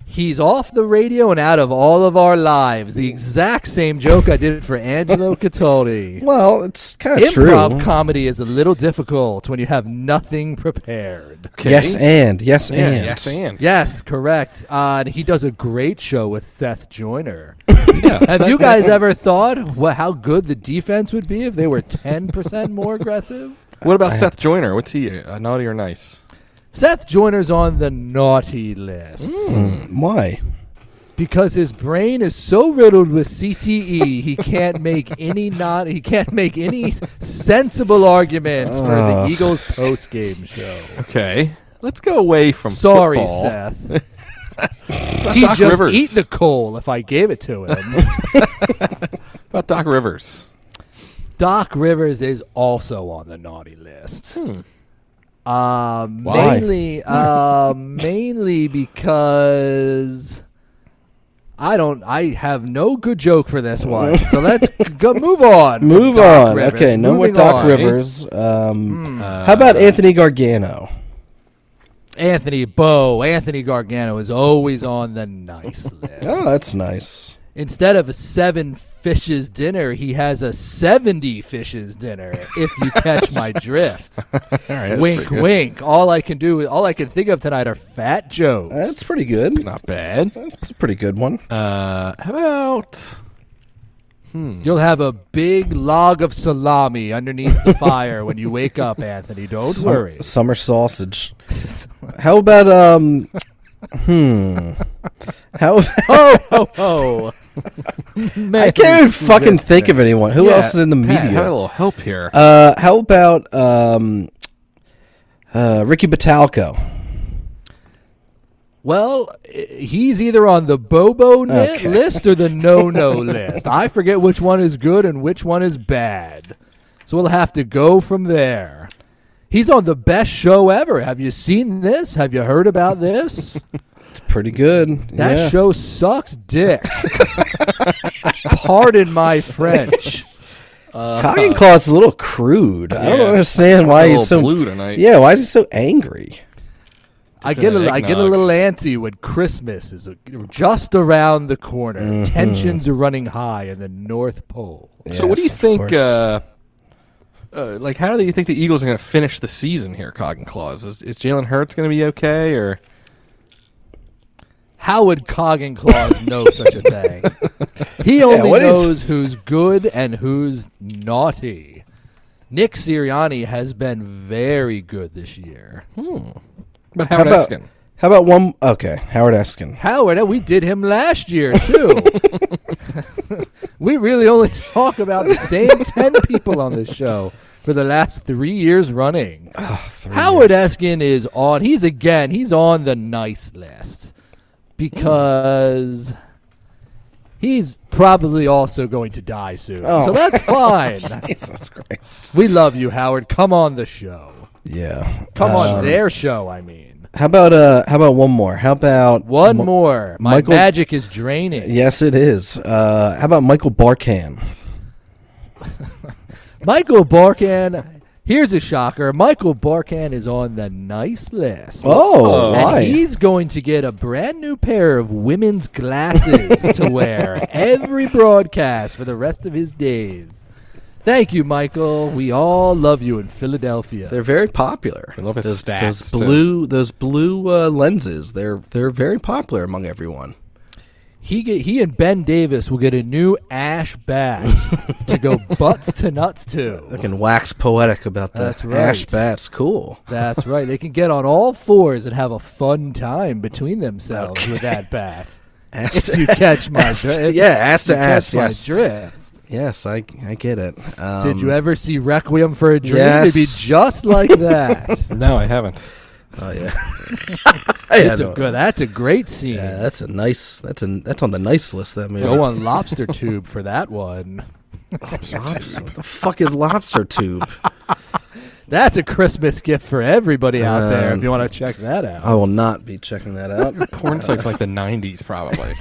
D: He's off the radio and out of all of our lives. The exact same joke I did for Angelo Cataldi.
E: Well, it's kind of true.
D: Improv comedy is a little difficult when you have nothing prepared.
E: Yes, and yes,
C: Yeah,
E: and
C: yes, and
D: Yes, correct. Uh, and he does a great show with Seth Joyner.
C: yeah.
D: Have you guys ever thought what, how good the defense would be if they were 10% more aggressive?
C: What about Seth Joyner? What's he? Uh, naughty or nice?
D: Seth Joyner's on the naughty list
E: Hmm, Why?
D: because his brain is so riddled with CTE, he can't make any not he can't make any sensible arguments for the Eagles post game show.
C: Okay. Let's go away from.
D: Sorry,
C: football.
D: Seth. He'd
C: Doc
D: just
C: Rivers.
D: eat the coal if I gave it to him.
C: How About Doc Rivers.
D: Doc Rivers is also on the naughty list.
E: Hmm.
D: Uh,
C: Why?
D: mainly, uh, mainly because I don't. I have no good joke for this one. So let's go move on. from
E: Move
D: Doc
E: on.
D: Rivers.
E: Okay, no more
D: Moving
E: Doc
D: on.
E: Rivers. Um, how about Anthony Gargano?
D: Anthony Bo, Anthony Gargano is always on the nice list.
E: Oh, that's nice.
D: Instead of a seven fishes dinner, he has a seventy fishes dinner. If you catch my drift.
C: All right. that's
D: wink,
C: pretty good.
D: wink. All I can do, all I can think of tonight are fat jokes.
E: That's pretty good.
C: Not bad.
E: That's a pretty good one.
C: Uh, how about?
D: Hmm. You'll have a big log of salami underneath the fire when you wake up, Anthony. Don't
E: Sum-
D: worry.
E: Summer sausage. How about um? hmm. How
D: Oh, ho, ho.
E: I can't even fucking think of anyone. Who
D: Yeah,
E: else is in the
C: Pat, have a
E: media?
C: little help here.
E: Uh, how about um? Uh, Ricky Batalco.
D: Well, i- he's either on the Bobo ni-
E: Okay.
D: list or the no no list. I forget which one is good and which one is bad. So we'll have to go from there. He's on the best show ever. Have you seen this? Have you heard about this?
F: It's pretty good.
D: That
F: yeah.
D: show sucks dick. Pardon my French.
F: Hagenklaw's a little crude. I don't
C: Yeah.
F: understand why
C: A
F: he's
C: little
F: so
C: blue tonight.
F: Yeah, why is he so angry?
D: I get a,
C: an
D: I get a
C: eggnog.
D: little antsy when Christmas is uh, just around the corner.
F: Mm-hmm.
D: Tensions are running high in the North Pole.
C: So what do you
F: Yes, of
C: think?
F: course.
C: Uh, uh, like, how do you think the Eagles are going to finish the season here? Cog and claws. Is, is Jalen Hurts going to be okay? Or
D: How would Cog and Claws know such a thing? He only
F: what is-
D: knows who's good and who's naughty. Nick Sirianni has been very good this year.
C: but
F: How
C: Howard
F: about
C: Eskin?
F: how about one? Okay, Howard Eskin.
D: Howard, we did him last year too. we really only talk about the same ten people on this show for the last three years running.
F: Ah,
D: Howard Eskin is on. He's again. He's on the nice list because he's probably also going to die soon.
F: Oh.
D: So that's fine.
F: Jesus Christ.
D: we love you, Howard. Come on the show.
F: Yeah.
D: Come on
F: Um,
D: their show. I mean,
F: How about uh? How about one more? How about
D: one
F: Mo-
D: more. My
F: Michael-
D: magic is draining.
F: Yes, it is. Uh, how about Michael Barkham?
D: Michael Barkan. Here's a shocker. Michael Barkan is on the nice list.
F: Oh,
D: and
F: why?
D: he's going to get a brand new pair of women's glasses to wear every broadcast for the rest of his days. Thank you, Michael. We all love you in Philadelphia.
B: They're very popular.
C: We love his
B: those,
C: stats,
B: those
C: too.
B: blue those blue uh, lenses. They're they're very popular among everyone.
D: he get, he and Ben Davis will get a new ash bat to go butts to nuts to.
B: I can wax poetic about the
D: That's right.
B: ash bats. Cool.
D: That's right. They can get on all fours and have a fun time between themselves with that bat.
B: Ass
D: If
B: to,
D: you catch my
B: ass to-
D: drift.
B: yeah, ass to
D: You catch
B: ass.
D: my
B: Yes,
D: drift.
B: yes, I I get it. Um,
D: Did you ever see Requiem for a Dream? It'd be
B: yes.
D: just like that.
C: No, I haven't.
B: Oh yeah.
D: It's a good. That's a great scene.
B: Yeah, that's a nice. That's a that's on the nice list. That movie.
D: Go on lobster tube for that one.
B: Lobster- what the fuck is lobster tube?
D: That's a Christmas gift for everybody out there. If
B: Um,
D: you want to check that out,
B: I will not be checking that out.
C: Porn site like the '90s, probably.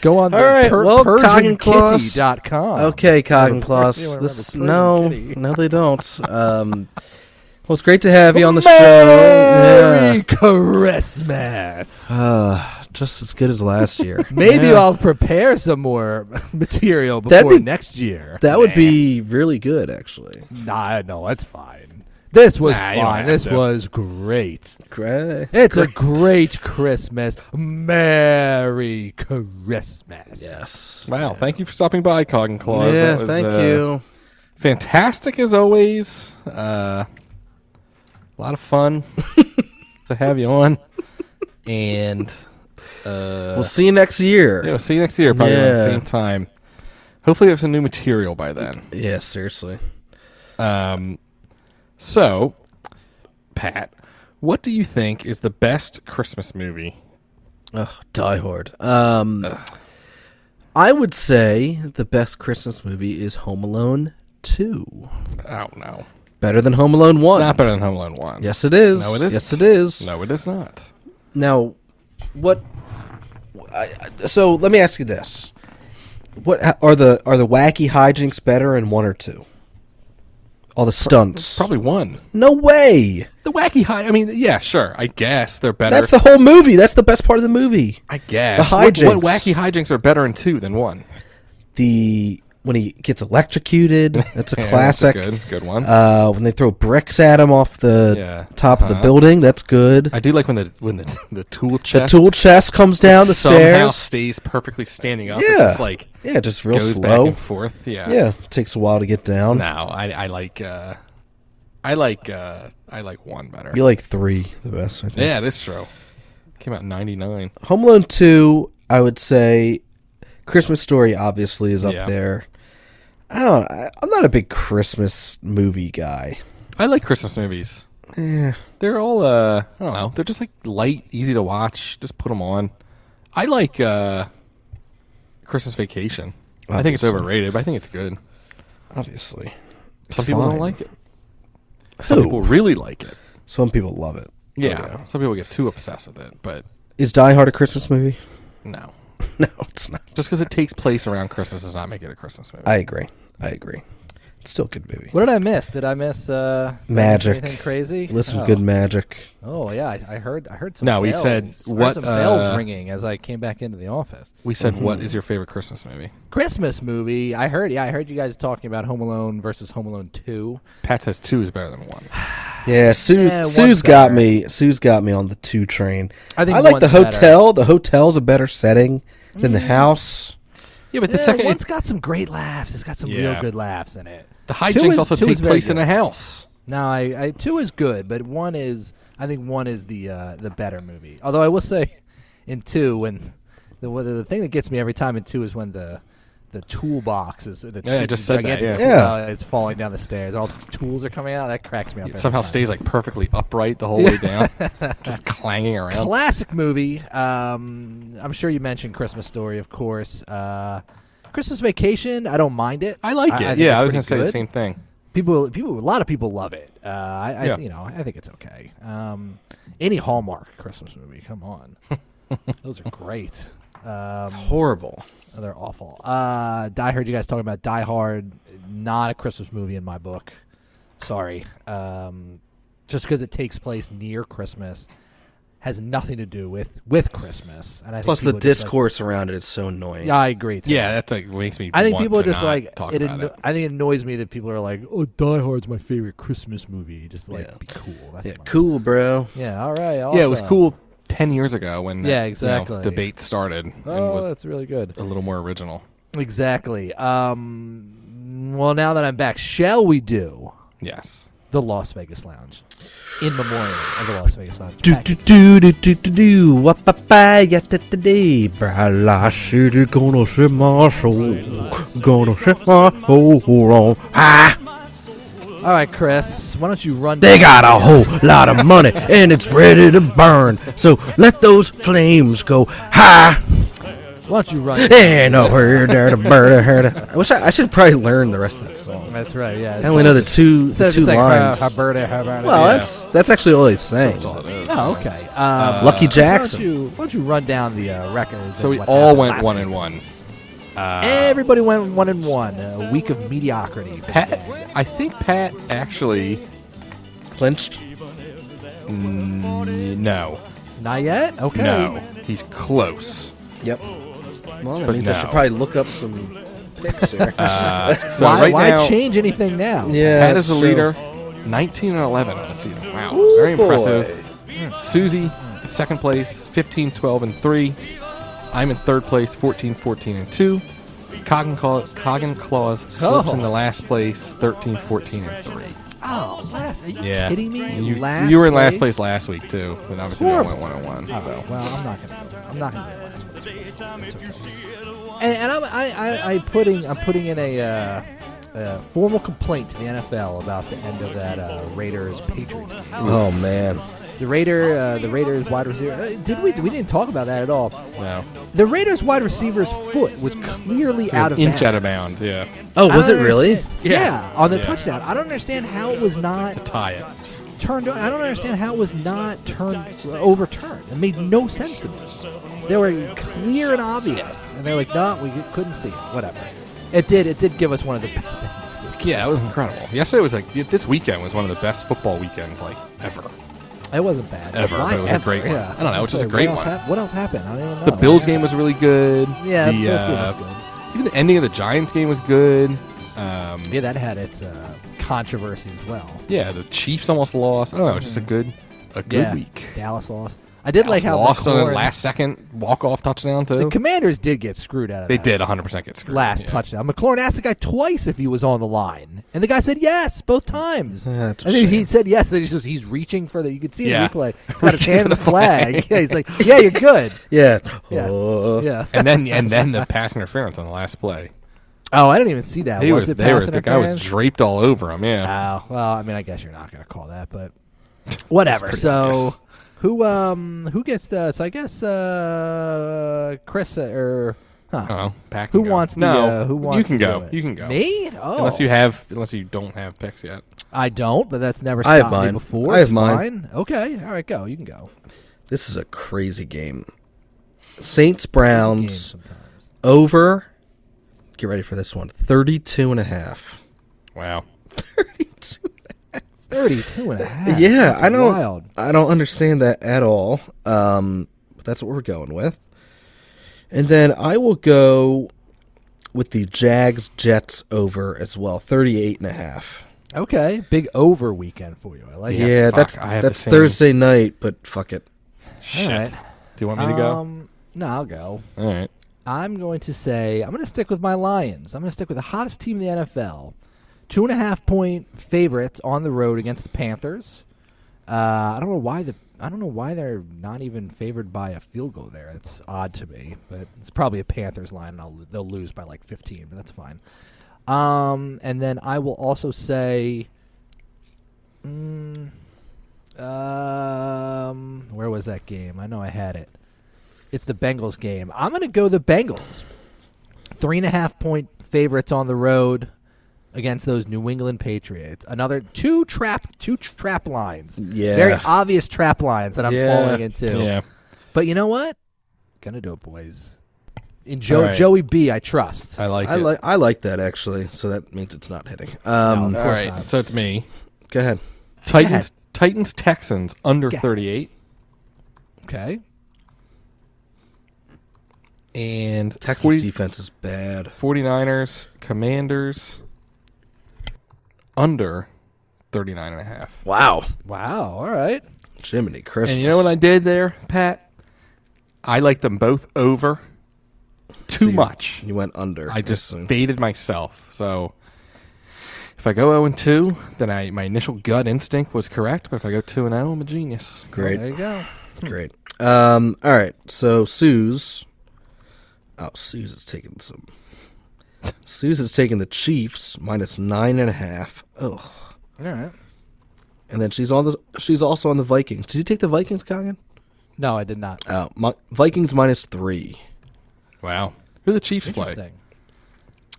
D: go on.
B: All right, well, Cog and Claws.
D: PersianKitty.com.
B: Okay, Cog and
D: Yeah,
B: Kloss.
D: whatever,
B: This
D: Persian
B: no,
D: kitty.
B: no, they don't. Um, well, it's great to have you on the
D: Merry
B: show. Yeah.
D: Christmas.
B: Uh, just as good as last year.
D: Maybe
B: Yeah.
D: I'll prepare some more material
B: Uh, That'd
D: before
B: be-
D: next year.
B: That would be really good, actually.
D: Nah, no, it's fine. This was
C: Nah, you don't
D: fine.
C: have
D: This
C: to.
D: was great.
B: Great.
D: It's a great Christmas. Merry Christmas.
B: Yes.
C: wow, thank you for stopping by, Cog and claws.
B: yeah,
C: That was,
B: thank
C: uh,
B: you.
C: Fantastic as always. Uh, a lot of fun to have you on, and uh,
B: We'll see you next year.
C: yeah, we'll see you next year, probably around the
B: Yeah.
C: same time. Hopefully, we have some new material by then.
B: Yeah, seriously.
C: Um, so, Pat, what do you think is the best Christmas movie?
B: Ugh, Die Hard. Um, I would say the best Christmas movie is Home Alone 2.
C: I don't know.
B: Better than Home Alone 1.
C: Not better than Home Alone One.
B: Yes, it is.
C: No, it isn't.
B: Yes, it is.
C: No, it is not.
B: Now, what? I, I- so let me ask you this: What ha- are the are the wacky hijinks better in one or two? All the stunts.
C: Probably one.
B: no way.
C: The wacky high. I mean, yeah, sure. I guess they're better.
B: That's the whole movie. That's the best part of the movie.
C: I guess
B: the
C: What- What,
B: hijinks.
C: wacky hijinks are better in two than one?
B: The when he gets electrocuted. That's a
C: Yeah, that's a
B: classic.
C: good, good one.
B: Uh, when they throw bricks at him off the
C: Yeah.
B: top of the
C: Uh-huh.
B: building, that's good.
C: I do like when the when the the tool
B: the
C: chest
B: tool chest comes down the
C: somehow
B: stairs.
C: stays perfectly standing up. It's
B: Yeah,
C: just like
B: yeah, just real
C: goes back
B: slow.
C: and forth. Yeah,
B: Yeah, takes a while to get down.
C: No, I, I like uh, I like uh, I like one better.
B: You like three the best, I think.
C: Yeah, this show came out in '99.
B: Home Alone 2, I would say Christmas Story obviously is up
C: Yeah.
B: there. I don't I, I'm not a big Christmas movie guy.
C: I like Christmas movies.
B: Eh,
C: They're all uh, I don't know. They're just like light, easy to watch. Just put them on. I like uh, Christmas Vacation. I think it's
B: Obviously.
C: overrated, but I think it's good.
B: obviously.
C: Some people
B: fine.
C: don't like it.
B: Who?
D: Oh,
C: Some people really like it.
B: Some people love it. Oh,
C: Yeah, some people get too obsessed with it, but
B: Is Die Hard a Christmas movie?
C: no.
B: No, it's not.
C: Just because it takes place around Christmas does not make it a Christmas movie.
B: I agree. I agree. It's still a good movie.
D: What did I miss? Did I miss uh, did I miss
B: Magic.
D: Anything crazy?
B: Listen,
D: oh.
B: good magic.
D: Oh yeah, I, I heard. I heard some.
C: No, we
D: bells.
C: said
D: I heard
C: what,
D: some bells
C: uh,
D: ringing as I came back into the office.
C: we said,
D: Mm-hmm.
C: "What is your favorite Christmas movie?
D: Christmas movie. I heard. Yeah, I heard you guys talking about Home Alone versus Home Alone Two.
C: Pat says two is better than one.
B: Yeah, Sue's
D: Yeah,
B: Sue's
D: one's
B: got
D: better.
B: me. Sue's got me on the two train.
D: I think
B: like the
D: one's better. Mm.
B: hotel. The hotel's a better setting than the house.
C: Yeah, but the
D: The
C: second,
D: one's got some great laughs. It's got some
C: Yeah.
D: real good laughs in it.
C: the
D: Two
C: hijinks
D: is-
C: also
D: two
C: take
D: is very
C: place in
D: good.
C: a house.
D: No, I, I two is good, but one is I think one is the uh, the better movie. Although I will say, in two, when the one- the thing that gets me every time in two is when the the toolbox is the
C: Yeah, I
D: two-
C: just said that,
D: gigantic
C: yeah.
D: tool- uh, it's falling down the stairs. All the tools are coming out. That cracks me up.
C: It
D: every
C: somehow
D: time.
C: stays like perfectly upright the whole way down, just clanging around.
D: Classic movie. Um, I'm sure you mentioned Christmas Story, of course. Uh, Christmas Vacation. I don't mind it.
C: I like it.
D: think
C: yeah,
D: it's
C: I was
D: pretty
C: gonna say the
D: good.
C: same thing.
D: people people a lot of people love it uh i, I
C: Yeah.
D: you know i think it's okay um any hallmark christmas movie come on those are great um
B: Horrible.
D: they're awful uh i heard you guys talking about die hard not a christmas movie in my book sorry um just because it takes place near christmas has nothing to do with with christmas and i think
B: Plus the
D: people just, like-
B: discourse around it is so annoying.
D: yeah i agree too.
C: Yeah, that's like makes me.
D: I think
C: want
D: people are
C: to
D: just
C: not
D: like
C: talk
D: it,
C: about
D: anno-
C: it.
D: I think it annoys me that people are like, "Oh, Die Hard's my favorite Christmas movie." Just like
B: Yeah.
D: be cool. That's
B: Yeah,
D: my-
B: cool, bro.
D: Yeah, all right.
C: Yeah, it was
D: awesome.
C: cool ten years ago when that,
D: Yeah,
C: you know,
D: exactly.
C: debate started and
D: Oh,
C: was
D: that's really good.
C: a little more original.
D: Exactly. Um, well, now that I'm back, shall we do
C: Yes.
D: the Las Vegas Lounge in memoriam of the Las Vegas Lounge?
E: Do
D: Back-
E: do do do do do do. What pa pa ya ta ta dee. Bra la shit. it Gonna shit my soul. Gonna shit my soul on. Ah.
D: All right, Chris. Why don't you run?
E: They
D: down
E: got a
D: here-
E: whole lot of money and it's ready to burn. So let those flames go high.
D: Why don't you run?
E: And over there to burn. there to- I wish I, I should probably learn the rest of that song.
D: that's right. Yeah.
E: I only know the two
D: Instead
E: the
D: of
E: two
D: just like
E: lines.
D: "Ha- Haberta, Haberta."
E: well,
D: Yeah.
E: that's that's actually all he's saying.
C: That's all it is.
D: Oh, okay. Um,
E: Lucky
D: Why
E: Jackson.
D: don't you, why don't you run down the uh, records?
C: So
D: of
C: we
D: what
C: all
D: happened
C: went
D: last
C: one
D: week?
C: and one.
D: Everybody went one and one. A week of mediocrity.
C: Pat, I think Pat actually
B: Clinched.
C: no,
D: Not yet. Okay.
C: no, he's close.
B: Yep. Well, that
C: But
B: means I should
C: no.
B: probably look up some picks here.
C: So
D: Why,
C: right
D: why
C: now,
D: change anything now?
B: yeah,
C: Pat is the
B: so-
C: leader, 19 and 11 on the season. Wow,
B: Ooh,
C: very
B: boy.
C: impressive. Susie, second place, 15, 12, and 3. I'm in third place, 14, 14, and 2. Coggan Claus, Coggan Claus slips
D: Oh.
C: in the last place, 13, 14, and 3.
D: Oh, last. Are you
C: Yeah.
D: kidding me?
C: You,
D: last Oh.
C: you were in last place last week, too, but obviously I
D: course.
C: went 1 on 1.
D: All
C: So.
D: right, Well, I'm not gonna. Go. I'm not gonna. Go last place. It's okay. And, and I'm, I, I, I putting, I'm putting in a, uh, a formal complaint to the NFL about the end of that uh, Raiders Patriots. game.
B: Oh man.
D: The Raider, uh, the Raiders wide receiver. Uh, did we? We didn't talk about that at all.
C: No.
D: The Raiders wide receiver's foot was clearly out of
C: inch
D: bounds.
C: out of bounds, yeah.
B: Oh,
D: I
B: was it
D: don't
B: really?
D: understand- Yeah. on the
C: Yeah.
D: touchdown. I don't understand how it was not
C: Tie it.
D: turned. I don't understand how it was not turned overturned. It made no sense to me. They were clear and obvious, and they're like, "No, we couldn't see it." Whatever. It did. It did give us one of the best endings to a game.
C: Yeah, it was incredible. Yesterday was like, this weekend was one of the best football weekends, like, ever.
D: It wasn't bad.
C: Ever,
D: Why
C: but it was a
D: ever?
C: great one.
D: Yeah.
C: I don't know, it was just a
D: What
C: great
D: else
C: one.
D: hap- what else happened? I don't even know.
C: The Bills game was really good.
D: Oh, Yeah, the
C: the,
D: Bills game
C: uh,
D: was good.
C: Even the ending of the Giants game was good. Um,
D: Yeah, that had its uh, controversy as well.
C: yeah, the Chiefs almost lost. I don't know. It's just a good, a good
D: Mm. yeah.
C: week.
D: Dallas lost. I did like how
C: lost on the
D: McLaurin-
C: last second walk off touchdown
D: The
C: too.
D: Commanders did get screwed out of
C: they
D: that
C: did 100 percent get screwed.
D: last
C: yeah.
D: touchdown. McLaurin asked the guy twice if he was on the line, and the guy said yes both times.
B: That's a
D: and then he
B: shame.
D: said yes. Then he's just he's reaching for the. You can see
C: Yeah.
D: the replay. He's got his
C: Reaching
D: hand
C: for
D: in
C: the
D: the flag. yeah, he's like, yeah, you're good.
B: Yeah.
D: Yeah.
B: Oh.
D: Yeah.
C: and then and then the pass interference on the last play.
D: Oh, I didn't even see that.
C: He
D: was,
C: was,
D: it
C: they were,
D: pass
C: the guy was
D: interference?
C: draped all over him. Yeah,
D: Oh, well, I mean, I guess you're not going to call that, but whatever.
C: pretty
D: So,
C: obvious.
D: who um who gets the? So I guess uh Chris uh, or
C: I don't know. Pack
D: Who
C: and Oh, go.
D: wants the?
C: No,
D: uh, who wants?
C: You can
D: to do
C: go.
D: it?
C: You can go.
D: Me? Oh,
C: Unless you have, unless you don't have picks yet.
D: I don't, but that's never
B: I
D: stopped
B: have
D: me
B: mine.
D: before.
B: I have
D: It's
B: mine.
D: fine. Okay, all right, go. You can go.
B: This is a crazy game. Saints
D: Game
B: Browns
D: sometimes.
B: over. Get ready for this one. 32 and a half.
C: Wow.
B: 32.
D: Thirty-two and a half.
B: yeah,
D: That's
B: I don't
D: Wild.
B: I don't understand that at all. Um, but that's what we're going with. And then I will go with the Jags Jets over as well. 38 and a half.
D: Okay, big over weekend for you. I like
B: Yeah,
D: it.
C: fuck,
B: that's
C: I have the
B: that's
C: same.
B: Thursday night, but fuck it.
C: Shit.
D: right.
C: Do you want me to go?
D: Um, no, I'll go.
C: All right.
D: I'm going to say I'm going to stick with my Lions. I'm going to stick with the hottest team in the NFL, two and a half point favorites on the road against the Panthers. Uh, I don't know why the I don't know why they're not even favored by a field goal there. It's odd to me, but it's probably a Panthers line, and I'll, they'll lose by like 15, but that's fine. Um, and then I will also say, mm, um, where was that game? I know I had it. It's the Bengals game. I'm going to go the Bengals. Three and a half point favorites on the road against those New England Patriots. Another two trap, two trap lines.
B: Yeah.
D: Very obvious trap lines that I'm
B: Yeah.
D: falling into.
C: Yeah.
D: But you know what? Gonna do it, boys. In Joe
C: All right.
D: Joey B, I trust.
C: I like
B: I
C: it.
B: like I like that actually. So that means it's not hitting. Um,
D: No.
C: All
D: course
C: right.
D: not.
C: So it's me.
B: go ahead.
C: Titans. Titans. Texans under
D: God.
C: 38
D: Okay.
C: and
B: Texas
C: 40
B: defense is bad.
C: 49ers. Commanders under 39 and a half.
B: Wow,
D: Wow. All right.
B: Jiminy Christmas.
C: And you know what I did there, Pat? I like them both over too
B: So you-
C: much.
B: You went under.
C: I just
B: assume.
C: baited myself. So if I go 0 and 2, then I my initial gut instinct was correct. But if I go 2 and 0, I'm a genius.
B: great.
D: There you go.
B: Great. Um, all right. So Sue's. Oh, Sue's is taking some. Sue's is taking the Chiefs minus nine and a half. Oh,
D: All right.
B: and then she's on the. She's also on the Vikings. Did you take the Vikings, Cogan?
D: No, I did not.
B: Oh, my, Vikings minus three.
C: Wow. Who the Chiefs play?
D: Interesting.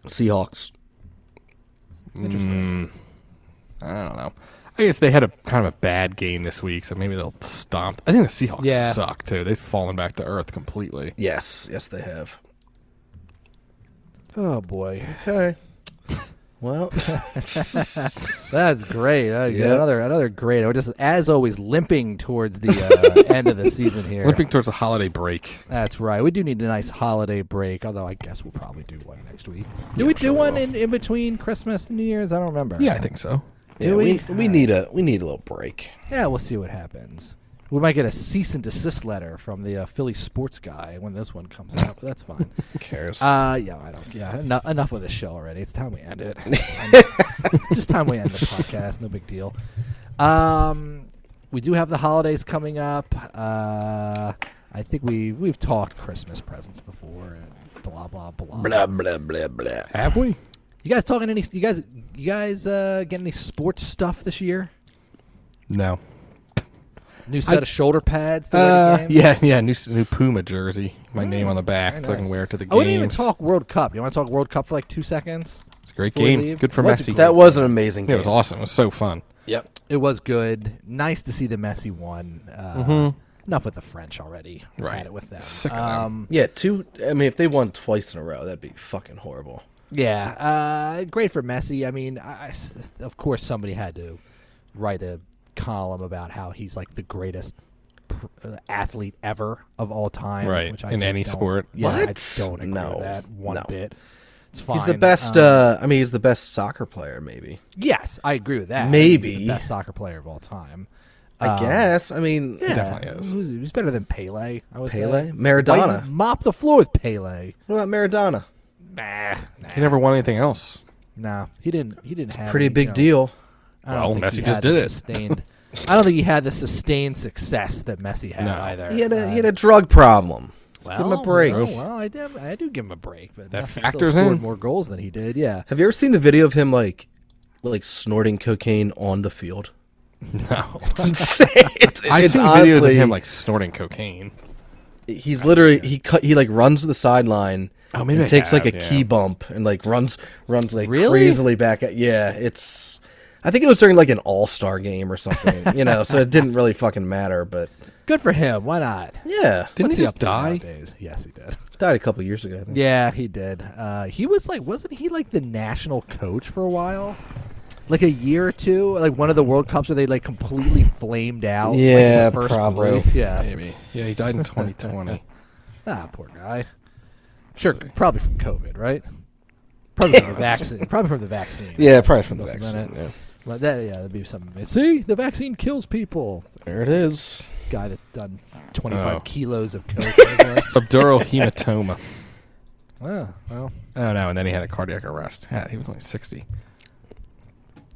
B: Seahawks.
D: Interesting.
C: I don't know. I guess they had a kind of a bad game this week, so maybe they'll stomp. I think the Seahawks
D: Yeah.
C: suck too. They've fallen back to earth completely.
B: Yes, yes, they have.
D: Oh boy,
B: Okay. Well,
D: that's great. Uh,
B: Yeah.
D: Another another great. We're just as always limping towards the uh, end of the season here.
C: Limping towards the holiday break.
D: That's right. We do need a nice holiday break. Although I guess we'll probably do one next week. Do we do one in, in between Christmas and New Year's? I don't remember.
C: Yeah, I think so.
B: yeah, we we need a we need a little break.
D: Yeah, we'll see what happens. We might get a cease and desist letter from the uh, Philly sports guy when this one comes out, but that's fine.
B: Who cares?
D: Uh, yeah, I don't. Yeah, eno- enough of this show already. It's time we end it. it's just time we end the podcast. No big deal. Um, we do have the holidays coming up. Uh, I think we we've talked Christmas presents before and blah blah blah.
B: blah blah blah blah.
C: Have we?
D: You guys talking any? You guys, you guys uh, get any sports stuff this year?
C: No.
D: New set of shoulder pads. To wear
C: Uh,
D: to games?
C: yeah, yeah. New new Puma jersey. My name on the back,
D: Mm, very
C: so I can
D: nice.
C: wear it to the game.
D: I wouldn't even talk World Cup. You want to talk World Cup for like two seconds?
C: It's a great
D: before we
C: game.
D: leave.
C: Good for
D: What's it
C: Messi.
B: That was an amazing
C: Yeah,
B: game.
C: it was awesome. It was so fun.
B: Yep.
D: It was good. Nice to see the Messi one. Uh, Enough with the French already.
C: Mm-hmm.
D: We've
C: Right.
D: Had it with them.
C: Sick of them.
D: um,
B: Yeah, two. I mean, if they won twice in a row, that'd be fucking horrible.
D: Yeah. Uh, great for Messi. I mean, I, I s- of course somebody had to write a column about how he's like the greatest pr- uh, athlete ever of all time.
C: Right,
D: Which I
C: in
D: just
C: any
D: don't-
C: sport.
D: Yeah,
B: What?
D: I don't agree
B: No,
D: with that one
B: no.
D: bit. It's fine.
B: He's the best.
D: Um,
B: uh, I mean, he's the best soccer player, maybe.
D: yes, I agree with that. He's the
B: maybe.
D: best soccer player of all time.
B: I guess. I mean,
D: Yeah,
C: definitely is.
D: Who's, who's better than Pele? I would
B: Pele,
D: say.
B: Maradona.
D: White- mop the floor with Pele.
B: What about Maradona?
D: Nah, nah.
C: He never won anything else.
D: No, he didn't. He didn't have
B: Pretty
D: any,
B: big
D: you know,
B: deal.
D: I don't
C: Well,
D: think
C: Messi
D: he
C: just
D: had
C: did
D: the
C: it.
D: Sustained. I don't think he had the sustained success that Messi had
C: No.
D: either.
B: He had a
D: Uh,
B: he had a drug problem.
D: well,
B: give him a break.
D: no, well, I do, I do give him a break, but
C: That
D: Messi still
C: factors
D: scored
C: in.
D: more goals than he did. Yeah,
B: Have you ever seen the video of him like, like snorting cocaine on the field?
C: No.
B: It's insane. It's,
C: I've
B: it's
C: seen videos of
B: honestly-
C: him like snorting cocaine.
B: he's literally he cut he like runs to the sideline
C: Oh, maybe
B: It
C: I
B: takes like
C: have,
B: a
C: yeah.
B: key bump and like runs runs like
D: Really?
B: crazily back at yeah, it's I think it was during like an all star game or something, you know, so it didn't really fucking matter, but
D: Good for him. Why not?
B: yeah.
C: Didn't
D: What's
C: he just
D: up to
C: die?
D: nowadays? Yes, he did.
B: Died a couple years ago, I think.
D: Yeah, he did. Uh, he was like, wasn't he like the national coach for a while? Like a year or two, like one of the World Cups where they like completely flamed out. like, in the
B: Yeah,
D: first
B: probably.
D: group. Yeah,
C: Maybe. Yeah, he died in 2020.
D: ah, poor guy. Sure, probably from COVID, right? Probably from the vaccine. Probably from the vaccine.
B: Yeah, probably from the
D: Wasn't
B: vaccine.
D: that it?
B: yeah.
D: Well, that, yeah, that'd be something. See, the vaccine kills people.
B: There it is.
D: Guy that's done 25
C: Oh.
D: kilos of coke. I guess.
C: Subdural hematoma.
D: oh, well,
C: Oh no! And then he had a cardiac arrest. Yeah, he was only sixty.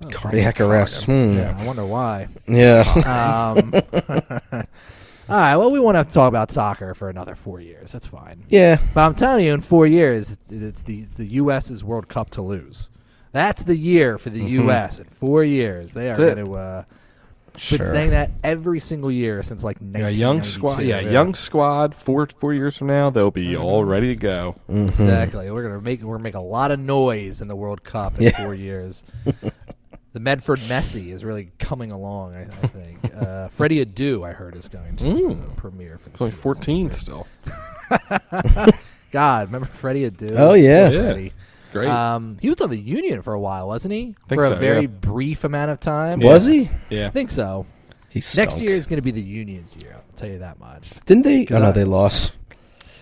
D: Oh.
B: Cardiac arrest. Hmm.
D: yeah, I wonder why.
B: Yeah.
D: Um, all right. Well, we won't have to talk about soccer for another four years. That's fine.
B: Yeah.
D: But I'm telling you, in four years, it's the the U.S.'s World Cup to lose. That's the year for the U.S. In four years, they are
C: Mm-hmm. That's it.
D: going to. Uh,
B: Sure.
D: Been saying that every single year since like
C: Yeah,
D: 1992.
C: young squad. Yeah, young squad. Four four years from now, they'll be all ready to go.
D: Exactly. We're gonna make we're gonna make a lot of noise in the World Cup in
B: Yeah.
D: four years. the Medford Messi is really coming along. I, I think uh, Freddie Adu, I heard, is going to uh, premiere for the
C: Mm. It's only
D: team.
C: fourteen still.
D: God, remember Freddie Adu?
B: Oh yeah.
C: Yeah.
D: Freddie.
C: It's great.
D: Um, he was on the Union for a while, wasn't he?
C: Think
D: for a
C: so,
D: very
C: yeah.
D: brief amount of time.
B: Was he?
C: yeah.
D: I think so.
B: He stunk.
D: Next year is going to be the Union's year. I'll tell you that much.
B: Didn't they? Oh
D: I-
B: no, they lost.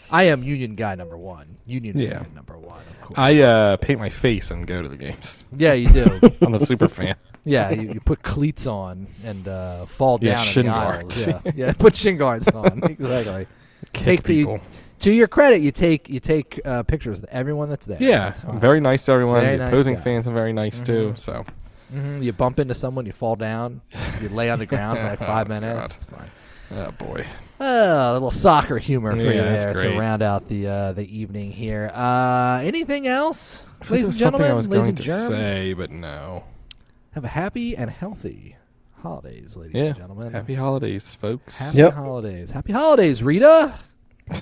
D: I am Union guy number one. Union
C: Yeah.
D: fan number one, of course.
C: I uh, paint my face and go to the games.
D: yeah, you do.
C: I'm a super fan.
D: Yeah, you, you put cleats on and uh, fall
C: Yeah,
D: down in
C: shin
D: the aisles.
C: guards.
D: Yeah, yeah, put shin guards on. exactly. take the-
C: people.
D: to your credit, you take you take uh, pictures with everyone that's there.
C: Yeah,
D: That's
C: I'm
D: fine.
C: very nice to everyone.
D: Very
C: the
D: nice
C: opposing
D: guy. Mm-hmm.
C: fans are very nice too. So
D: Mhm, You bump into someone, you fall down, you lay on the ground for like five
C: Oh,
D: minutes.
C: God.
D: It's fine.
C: Oh boy.
D: Oh, a little soccer humor for you
C: Yeah, that's
D: there to
C: great.
D: round out the uh, the evening here. Uh, anything else,
C: I feel like
D: ladies and
C: there's something
D: gentlemen,
C: I was
D: ladies
C: going
D: and
C: to
D: germs?
C: say, but no.
D: Have a happy and healthy holidays, ladies
C: Yeah.
D: and gentlemen.
C: Happy holidays, folks.
D: Happy
B: Yep.
D: holidays. Happy holidays, Rita. What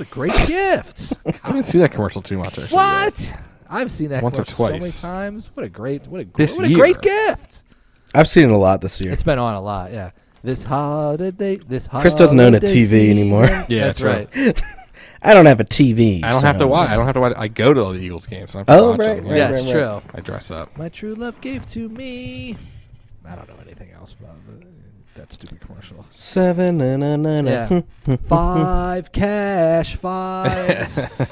D: a great gift.
C: I didn't see that commercial too much. Actually,
D: What? I've seen that
C: Once or
D: commercial so many
C: twice.
D: times. What a great what a gr-
C: This
D: what a great
C: year.
D: gift.
B: I've seen it a lot this year.
D: It's been on a lot, yeah. This holiday this holiday
B: Chris doesn't own a TV
D: season.
B: anymore.
C: Yeah,
D: that's
C: true.
D: right.
B: I don't have a TV.
C: I don't
B: so-
C: have to watch. I don't have to watch. I go to all the Eagles games. And I
B: Oh,
C: watch
B: right,
C: them.
B: right,
D: yeah,
B: right,
D: it's
B: right.
D: true.
C: I dress up.
D: My true love gave to me. I don't know anything else about the, that stupid commercial.
B: Seven na na na Hmm. na.
D: Yeah. five cash fives. what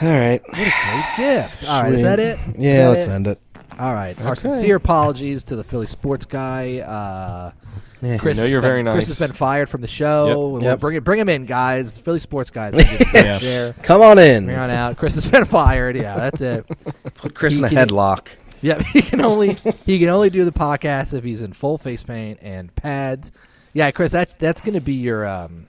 B: All right.
D: a great gift. All right, is that it? Is
B: Yeah,
D: that
B: let's
D: it?
B: end it.
D: All right. Our
C: Okay.
D: sincere apologies to the Philly sports guy. Uh,
B: Yeah.
D: Chris,
C: know
D: has
C: you're
D: been-
C: very
D: Chris
C: nice.
D: has been fired from the show.
B: Yep.
D: Bring it, bring him in, guys. Philly sports guys. yeah. Share.
B: Come on in.
D: From here on out, Chris has been fired. Yeah, that's it.
B: Put Chris in a
D: He-
B: headlock.
D: Yep, he can only he can only do the podcast if he's in full face paint and pads. Yeah, Chris, that's that's going to be your um,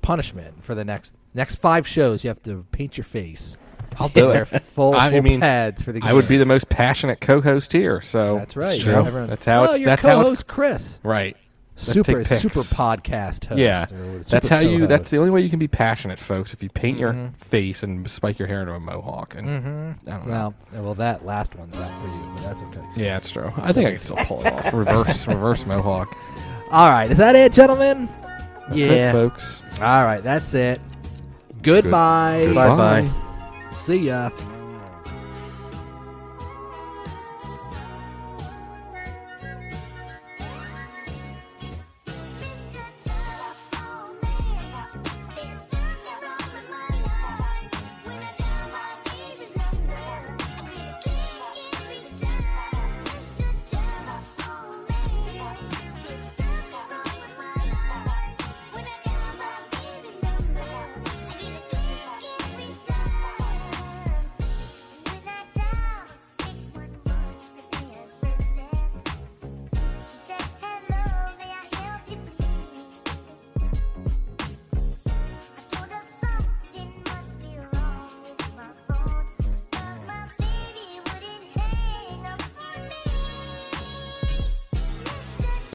D: punishment for the next next five shows. You have to paint your face. I'll
C: do it.
D: Full,
C: I
D: full
C: mean,
D: pads for the.
C: I would
D: game.
C: be the most passionate co-host here. So
D: That's right.
B: It's true.
D: Everyone-
C: That's how
D: Oh,
C: it's-
D: your
C: that's how it's-
D: co-host Chris.
C: right. Let's take
D: super
C: pics.
D: super podcast host.
C: Yeah,
D: or super
C: that's how you. That's
D: co-host. Mm-hmm.
C: the only way you can be passionate, folks. If you paint your face and spike your hair into a mohawk, and I don't know.
D: Mm. well, yeah, well, that last one's out for you, but that's okay.
C: yeah, that's true. I think I can still pull it off. Reverse, reverse mohawk.
D: All right, is that it, gentlemen?
C: That's
B: Yeah.
C: it, folks.
D: All right, that's it. Goodbye.
B: Bye bye.
D: See ya.